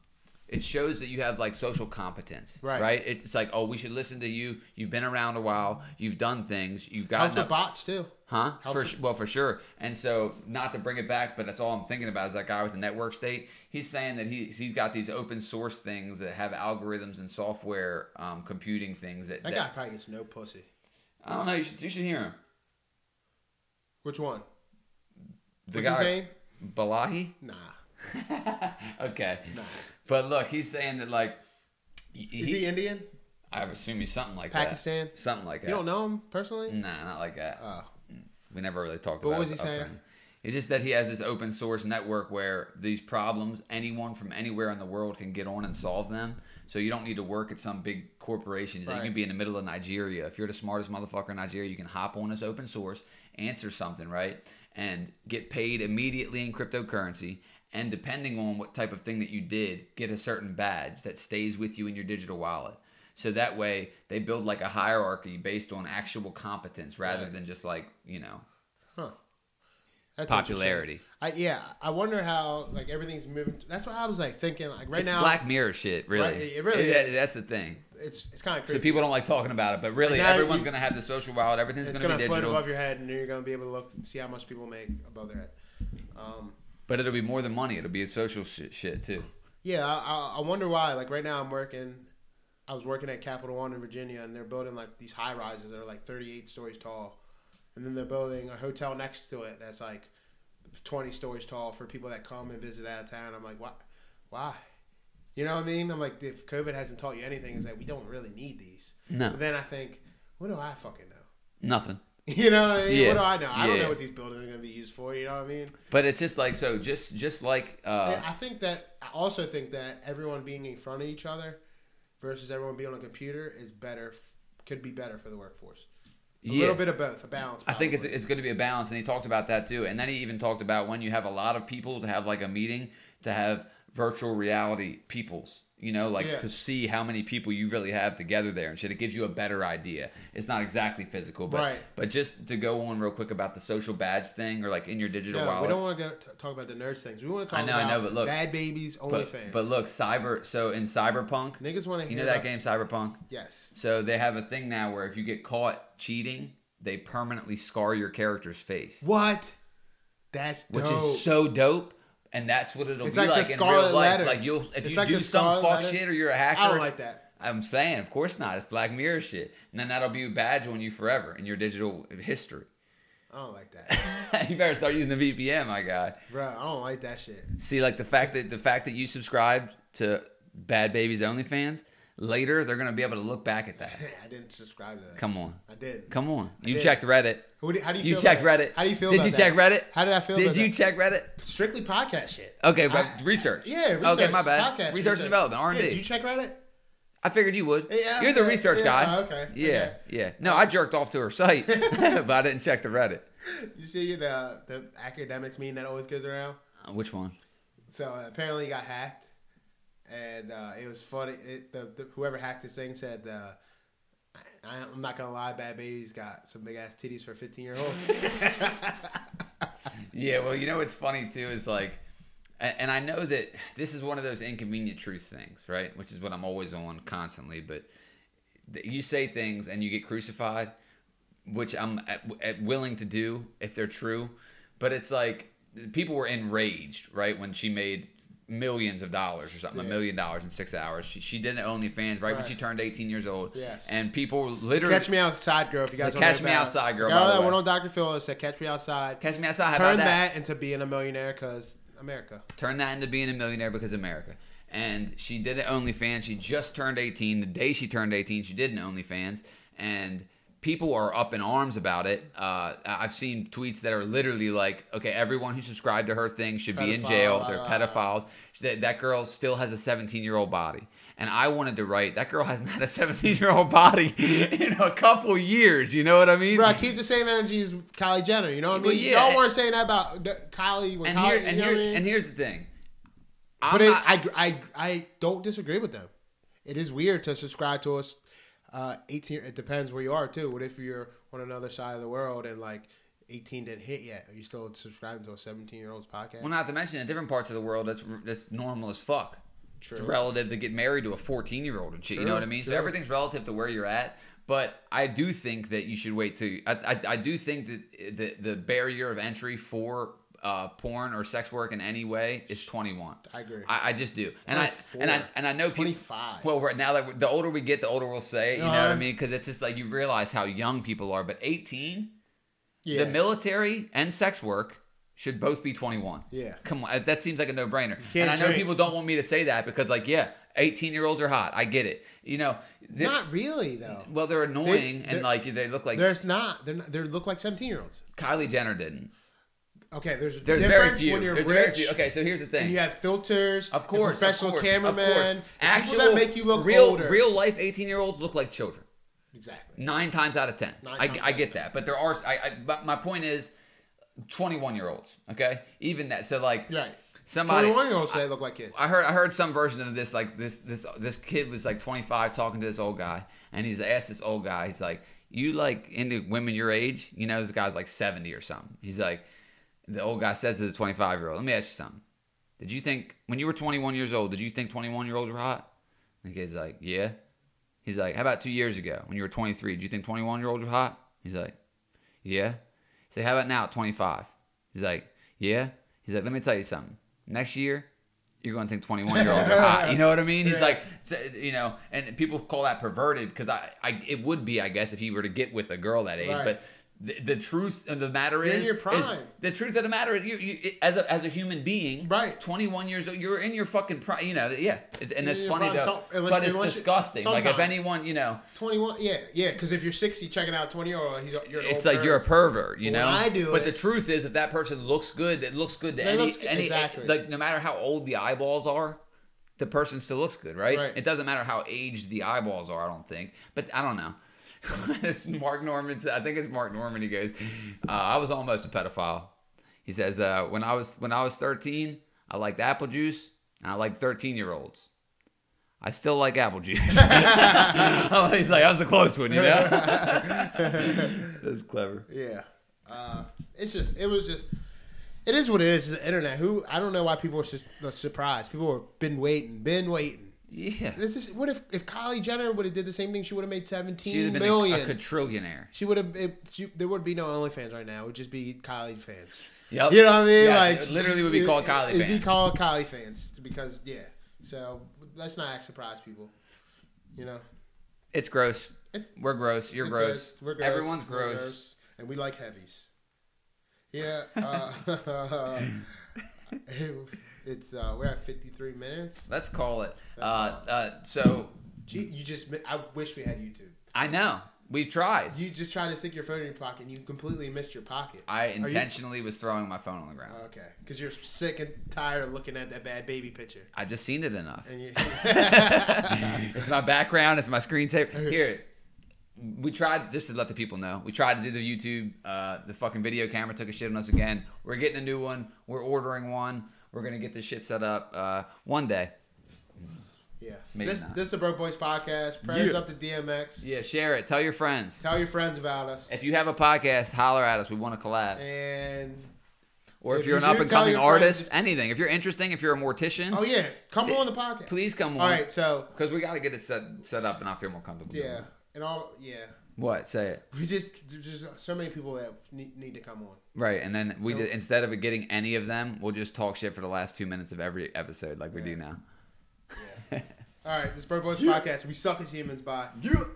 S1: it shows that you have like social competence.
S2: Right.
S1: Right? It's like, oh, we should listen to you. You've been around a while. You've done things. You've gotten
S2: How's the
S1: up
S2: bots too?
S1: Huh?
S2: How
S1: For,
S2: fr-
S1: su- well, for sure. And so, not to bring it back, but that's all I'm thinking about is that guy with the network state. He's saying that he he's got these open source things that have algorithms and software um, computing things that,
S2: That
S1: that-
S2: guy probably gets no pussy.
S1: I don't know. You should you should hear him.
S2: Which one?
S1: The
S2: What's his name?
S1: Balahi.
S2: Nah.
S1: okay. But look, he's saying that like he,
S2: Is he,
S1: he-
S2: Indian?
S1: I assume he's something like
S2: Pakistan?
S1: that. Something like that.
S2: You don't know him personally?
S1: Nah, not like that.
S2: Oh.
S1: we never really talked
S2: But
S1: about.
S2: what was
S1: his
S2: he saying?
S1: upbringing. It's just that he has this open source network where these problems, anyone from anywhere in the world can get on and solve them. So you don't need to work at some big corporations. You
S2: Right.
S1: can be in the middle of Nigeria. If you're the smartest motherfucker in Nigeria, you can hop on this open source, answer something, right? And get paid immediately in cryptocurrency. And depending on what type of thing that you did, get a certain badge that stays with you in your digital wallet. So that way they build like a hierarchy based on actual competence rather
S2: Right.
S1: than just like, you know,
S2: Huh. That's
S1: popularity.
S2: interesting. I yeah. I wonder how like everything's moving. That's what I was like thinking. Like right
S1: it's
S2: now,
S1: Black Mirror shit, really.
S2: Right, it really
S1: Yeah,
S2: is.
S1: That's the thing.
S2: it's it's kind of
S1: So
S2: creepy.
S1: people don't like talking about it, but really,
S2: Like now
S1: everyone's
S2: you-
S1: gonna have the social wallet. Everything's
S2: it's
S1: gonna,
S2: gonna
S1: be
S2: float
S1: digital,
S2: above your head, and you're gonna be able to look and see how much people make above their head. Um.
S1: but it'll be more than money. It'll be a social shit, shit too.
S2: Yeah, I- I, I wonder why. Like right now, I'm working. I was working at Capital One in Virginia, and they're building like these high rises that are like 38 stories tall, and then they're building a hotel next to it that's like 20 stories tall for people that come and visit out of town. I'm like, why? Why? You know what I mean? I'm like, if COVID hasn't taught you anything, is that we don't really need these.
S1: No.
S2: But then I think, what do I fucking know?
S1: Nothing.
S2: You know what I mean?
S1: Yeah.
S2: What do I know? I don't
S1: Yeah.
S2: know what these buildings are going to be used for. You know what I mean?
S1: But it's just like so. Just just like uh,
S2: And I think that I also think that everyone being in front of each other versus everyone being on a computer is better. Could be better for the workforce. A
S1: yeah.
S2: little bit of both, a balance.
S1: I think it's,
S2: probably.
S1: it's going to be a balance, and he talked about that too. And then he even talked about when you have a lot of people to have like a meeting to have virtual reality peoples, you know, like
S2: Yeah.
S1: to see how many people you really have together there and shit. It gives you a better idea. It's not exactly physical, but
S2: Right.
S1: but just to go on real quick about the social badge thing or like in your digital
S2: no,
S1: wallet.
S2: we don't want to go t- talk about the nerds things. We want to
S1: I
S2: talk
S1: know, I
S2: about
S1: know, but look-
S2: bad babies,
S1: but,
S2: OnlyFans.
S1: but look, cyber. So in Cyberpunk,
S2: niggas want to
S1: you
S2: hear
S1: know that
S2: about-
S1: game Cyberpunk.
S2: Yes,
S1: So they have a thing now where if you get caught cheating, they permanently scar your character's face.
S2: what? That's
S1: which
S2: dope.
S1: is so dope. And that's what it'll
S2: It's
S1: be
S2: like
S1: like,
S2: the
S1: in
S2: Scarlet
S1: real life.
S2: Letter.
S1: Like you'll if
S2: It's
S1: you
S2: like
S1: do
S2: the
S1: some
S2: Scarlet
S1: fuck
S2: Letter.
S1: shit or you're a hacker.
S2: I don't like that.
S1: I'm saying, of course not. It's Black Mirror shit. And then that'll be a badge on you forever in your digital history.
S2: I don't like that,
S1: you better start using the VPN, my guy.
S2: bro. I don't like that shit.
S1: See, like the fact that the fact that you subscribed to Bad Babies OnlyFans, later they're gonna be able to look back at that.
S2: I didn't subscribe to that.
S1: Come on.
S2: I didn't.
S1: Come on. You
S2: did.
S1: checked Reddit.
S2: Who do- how do you?
S1: You
S2: feel
S1: checked
S2: about
S1: Reddit.
S2: that? How do you feel?
S1: Did
S2: about
S1: you
S2: that?
S1: check Reddit?
S2: How did I feel?
S1: Did
S2: about
S1: you
S2: that?
S1: check Reddit?
S2: Strictly podcast shit.
S1: Okay, but
S2: I-
S1: research.
S2: Yeah, research.
S1: Okay, my bad.
S2: Podcast,
S1: research, and development, R and
S2: Yeah, did you
S1: D.
S2: check Reddit?
S1: I figured you would.
S2: Yeah,
S1: You're the
S2: okay,
S1: research
S2: yeah,
S1: guy.
S2: oh, okay,
S1: Yeah,
S2: okay.
S1: yeah. No, I jerked off to her site, but I didn't check the Reddit.
S2: You see the the academics meme that always goes around.
S1: Uh, Which one?
S2: So uh, apparently he got hacked, and uh, it was funny. It, the, the, whoever hacked this thing said uh, I, I'm not gonna lie, Bad Baby's got some big ass titties for a 15 year old.
S1: Yeah, well, you know what's funny too is like, a- and I know that this is one of those inconvenient truths things, right? Which is what I'm always on constantly. But th- you say things and you get crucified, which I'm at, at willing to do if they're true. But it's like people were enraged, right, when she made millions of dollars or something, a
S2: Yeah.
S1: million dollars in six hours. She, she did it OnlyFans right, right when
S2: Right.
S1: she turned 18 years old.
S2: Yes.
S1: And people literally
S2: catch me outside, girl. If you guys
S1: The
S2: don't know
S1: Catch Me
S2: about it.
S1: Outside Girl,
S2: The Girl
S1: by the
S2: that went
S1: way.
S2: on Dr. Phil and said, "Catch me outside."
S1: Catch me outside. How
S2: Turn
S1: about that?
S2: that into being a millionaire, cause America.
S1: Turn that into being a millionaire because America. And she did an OnlyFans. She just turned 18. The day she turned 18, she did an OnlyFans. And people are up in arms about it. Uh, I- I've seen tweets that are literally like, okay, everyone who subscribed to her thing should be in
S2: Pedophile,
S1: jail.
S2: blah,
S1: They're
S2: blah, blah.
S1: pedophiles. She- That, that girl still has a 17 year old body. And I wanted to write, that girl has not a 17 year old body in a couple years. You know what I mean?
S2: Bro, keep the same energy as Kylie Jenner. You know what I mean?
S1: Well, yeah,
S2: Y'all
S1: and-
S2: weren't saying that about the- Kylie when
S1: and,
S2: Kylie.
S1: here,
S2: you
S1: and,
S2: know
S1: here,
S2: what I mean?
S1: and here's the thing. I'm
S2: but it,
S1: not-
S2: I, I, I don't disagree with them. It is weird to subscribe to us. Uh, eighteen. It depends where you are too. What if you're on another side of the world and like eighteen didn't hit yet? Are you still subscribing to a seventeen year old's podcast?
S1: Well, not to mention in different parts of the world, that's that's normal as fuck.
S2: True.
S1: It's relative to get married to a 14 year old and shit. you know
S2: Sure,
S1: what I mean? So
S2: sure.
S1: everything's relative to where you're at. But I do think that you should wait to. I, I, I do think that the, the barrier of entry for uh, porn or sex work in any way is 21.
S2: I agree.
S1: I, I just do, and I, and I
S2: 24.
S1: and I know people-
S2: 25.
S1: Well, we're, now that we're, the older we get, the older we'll say. You know what I
S2: Uh-huh.
S1: mean? Because it's just like you realize how young people are. But 18,
S2: yeah.
S1: the military and sex work should both be 21.
S2: Yeah.
S1: Come on, that seems like a no-brainer. And
S2: can't
S1: I know
S2: drink.
S1: people don't want me to say that because, like, yeah, 18-year-olds are hot. I get it. You know, they're,
S2: not really though.
S1: well, they're annoying
S2: they're-
S1: and like they look like
S2: There's not. They're not, they look like seventeen year olds.
S1: Kylie Jenner didn't.
S2: Okay. There's a
S1: There's
S2: difference
S1: very few.
S2: when you're
S1: There's
S2: rich.
S1: very few. Okay, so here's the thing.
S2: And you have filters.
S1: of
S2: and
S1: course, of
S2: professional
S1: course, of
S2: cameramen.
S1: course.
S2: and
S1: Actual
S2: people that make you look
S1: real,
S2: older.
S1: real life 18-year-olds look like children.
S2: Exactly.
S1: Nine times out of ten,
S2: Nine
S1: I,
S2: times
S1: I
S2: out of
S1: get
S2: 10.
S1: that, but there are. I, I but my point is, twenty-one-year-olds. Okay, even that. So like,
S2: Right.
S1: somebody.
S2: Twenty-one year olds say they look like kids.
S1: I heard I heard some version of this like this this this kid was like 25 talking to this old guy and he's asked this old guy he's like you like into women your age you know this guy's like 70 or something he's like the old guy says to the 25 year old let me ask you something did you think when you were 21 years old did you think 21 year olds were hot and the kid's like yeah he's like how about two years ago when you were 23 did you think 21 year olds were hot he's like yeah. Say, how about now at 25? He's like, yeah. He's like, let me tell you something. Next year, you're going to think 21 year olds are hot. You know what I mean? He's
S2: Yeah.
S1: like, so, you know, and people call that perverted because I, I, it would be, I guess, if he were to get with a girl that age.
S2: Right.
S1: But the, the truth of the matter
S2: You're in
S1: is,
S2: your
S1: is-
S2: prime.
S1: the truth of the matter is, you, you it- as a as a human being,
S2: Right.
S1: 21 years old, you're in your fucking prime. You know, yeah. It's, and
S2: You're
S1: it's
S2: in your
S1: funny
S2: prime.
S1: though,
S2: So- unless-
S1: but it's
S2: unless you-
S1: disgusting. Like if
S2: sometimes.
S1: anyone, you know,
S2: Twenty-one. Yeah. Yeah. Because if you're sixty, checking out twenty year old, he's you're an
S1: it's
S2: old
S1: like you're a
S2: bird.
S1: pervert, you
S2: When
S1: know.
S2: I do
S1: but
S2: it-
S1: the truth is, if that person looks good, it looks good to
S2: They
S1: any,
S2: looks good-
S1: any
S2: exactly.
S1: like no matter how old the eyeballs are, the person still looks good, right?
S2: Right.
S1: It doesn't matter how aged the eyeballs are. I don't think, but I don't know. Mark Norman, I think it's Mark Norman. He goes, uh, "I was almost a pedophile." He says, uh, "When I was when I was 13, I liked apple juice, and I liked 13 year olds." I still like apple juice. Oh, He's like, I was a close one, you know? That's clever.
S2: Yeah. Uh, it's just it was just it is what it is. It's the internet. Who I don't know why people are su- surprised. People have been waiting, been waiting.
S1: Yeah.
S2: This is what if if Kylie Jenner would have did the same thing? She would have made
S1: She'd
S2: seventeen
S1: have
S2: million.
S1: been a, a quadrillionaire.
S2: she would have. it- She, there would be no OnlyFans right now. It would just be Kylie fans.
S1: Yep.
S2: You know what I mean?
S1: Yeah,
S2: like
S1: it literally would be called Kylie
S2: It'd
S1: fans.
S2: be called Kylie fans because yeah. So let's not act surprised, people. You know,
S1: It's gross.
S2: It's-
S1: We're gross. You're
S2: It
S1: gross.
S2: does. We're gross.
S1: Everyone's
S2: We're
S1: gross.
S2: And we like heavies. Yeah. Uh, it's uh, we're at 53 minutes.
S1: Let's call it. Uh,
S2: That's
S1: uh, so
S2: Gee, you just mi- I wish we had YouTube.
S1: I know we tried.
S2: You just tried to stick your phone in your pocket and you completely missed your pocket.
S1: I
S2: you-
S1: intentionally was throwing my phone on the ground.
S2: okay, because you're sick and tired of looking at that bad baby picture.
S1: I just seen it enough.
S2: And you,
S1: it's my background. It's my screensaver. Here, we tried. Just to let the people know, we tried to do the YouTube. Uh, the fucking video camera took a shit on us again. We're getting a new one. We're ordering one. We're gonna get this shit set up uh, one day.
S2: Yeah.
S1: Maybe
S2: this
S1: not.
S2: this is a Broke Boys podcast. Prayers
S1: Yeah.
S2: up to DMX.
S1: Yeah, share it. Tell your friends.
S2: Tell your friends about us.
S1: If you have a podcast, holler at us. We want to collab.
S2: And
S1: Or if,
S2: if
S1: you're an
S2: you do,
S1: up and
S2: tell
S1: coming
S2: your friends.
S1: artist, anything. If you're interesting, if you're a mortician,
S2: oh yeah, come on the podcast.
S1: please come
S2: All
S1: on.
S2: right, so
S1: Because we got to get it set, set up and I feel more comfortable. doing
S2: yeah,
S1: it.
S2: and all yeah,
S1: What? Say it.
S2: we just there's just so many people that need, need to come on.
S1: Right. And then we
S2: Nope.
S1: just, instead of getting any of them, we'll just talk shit for the last two minutes of every episode like we
S2: Yeah.
S1: do now.
S2: All right, this is Broke Boys podcast. We suck as humans. Bye.
S1: You.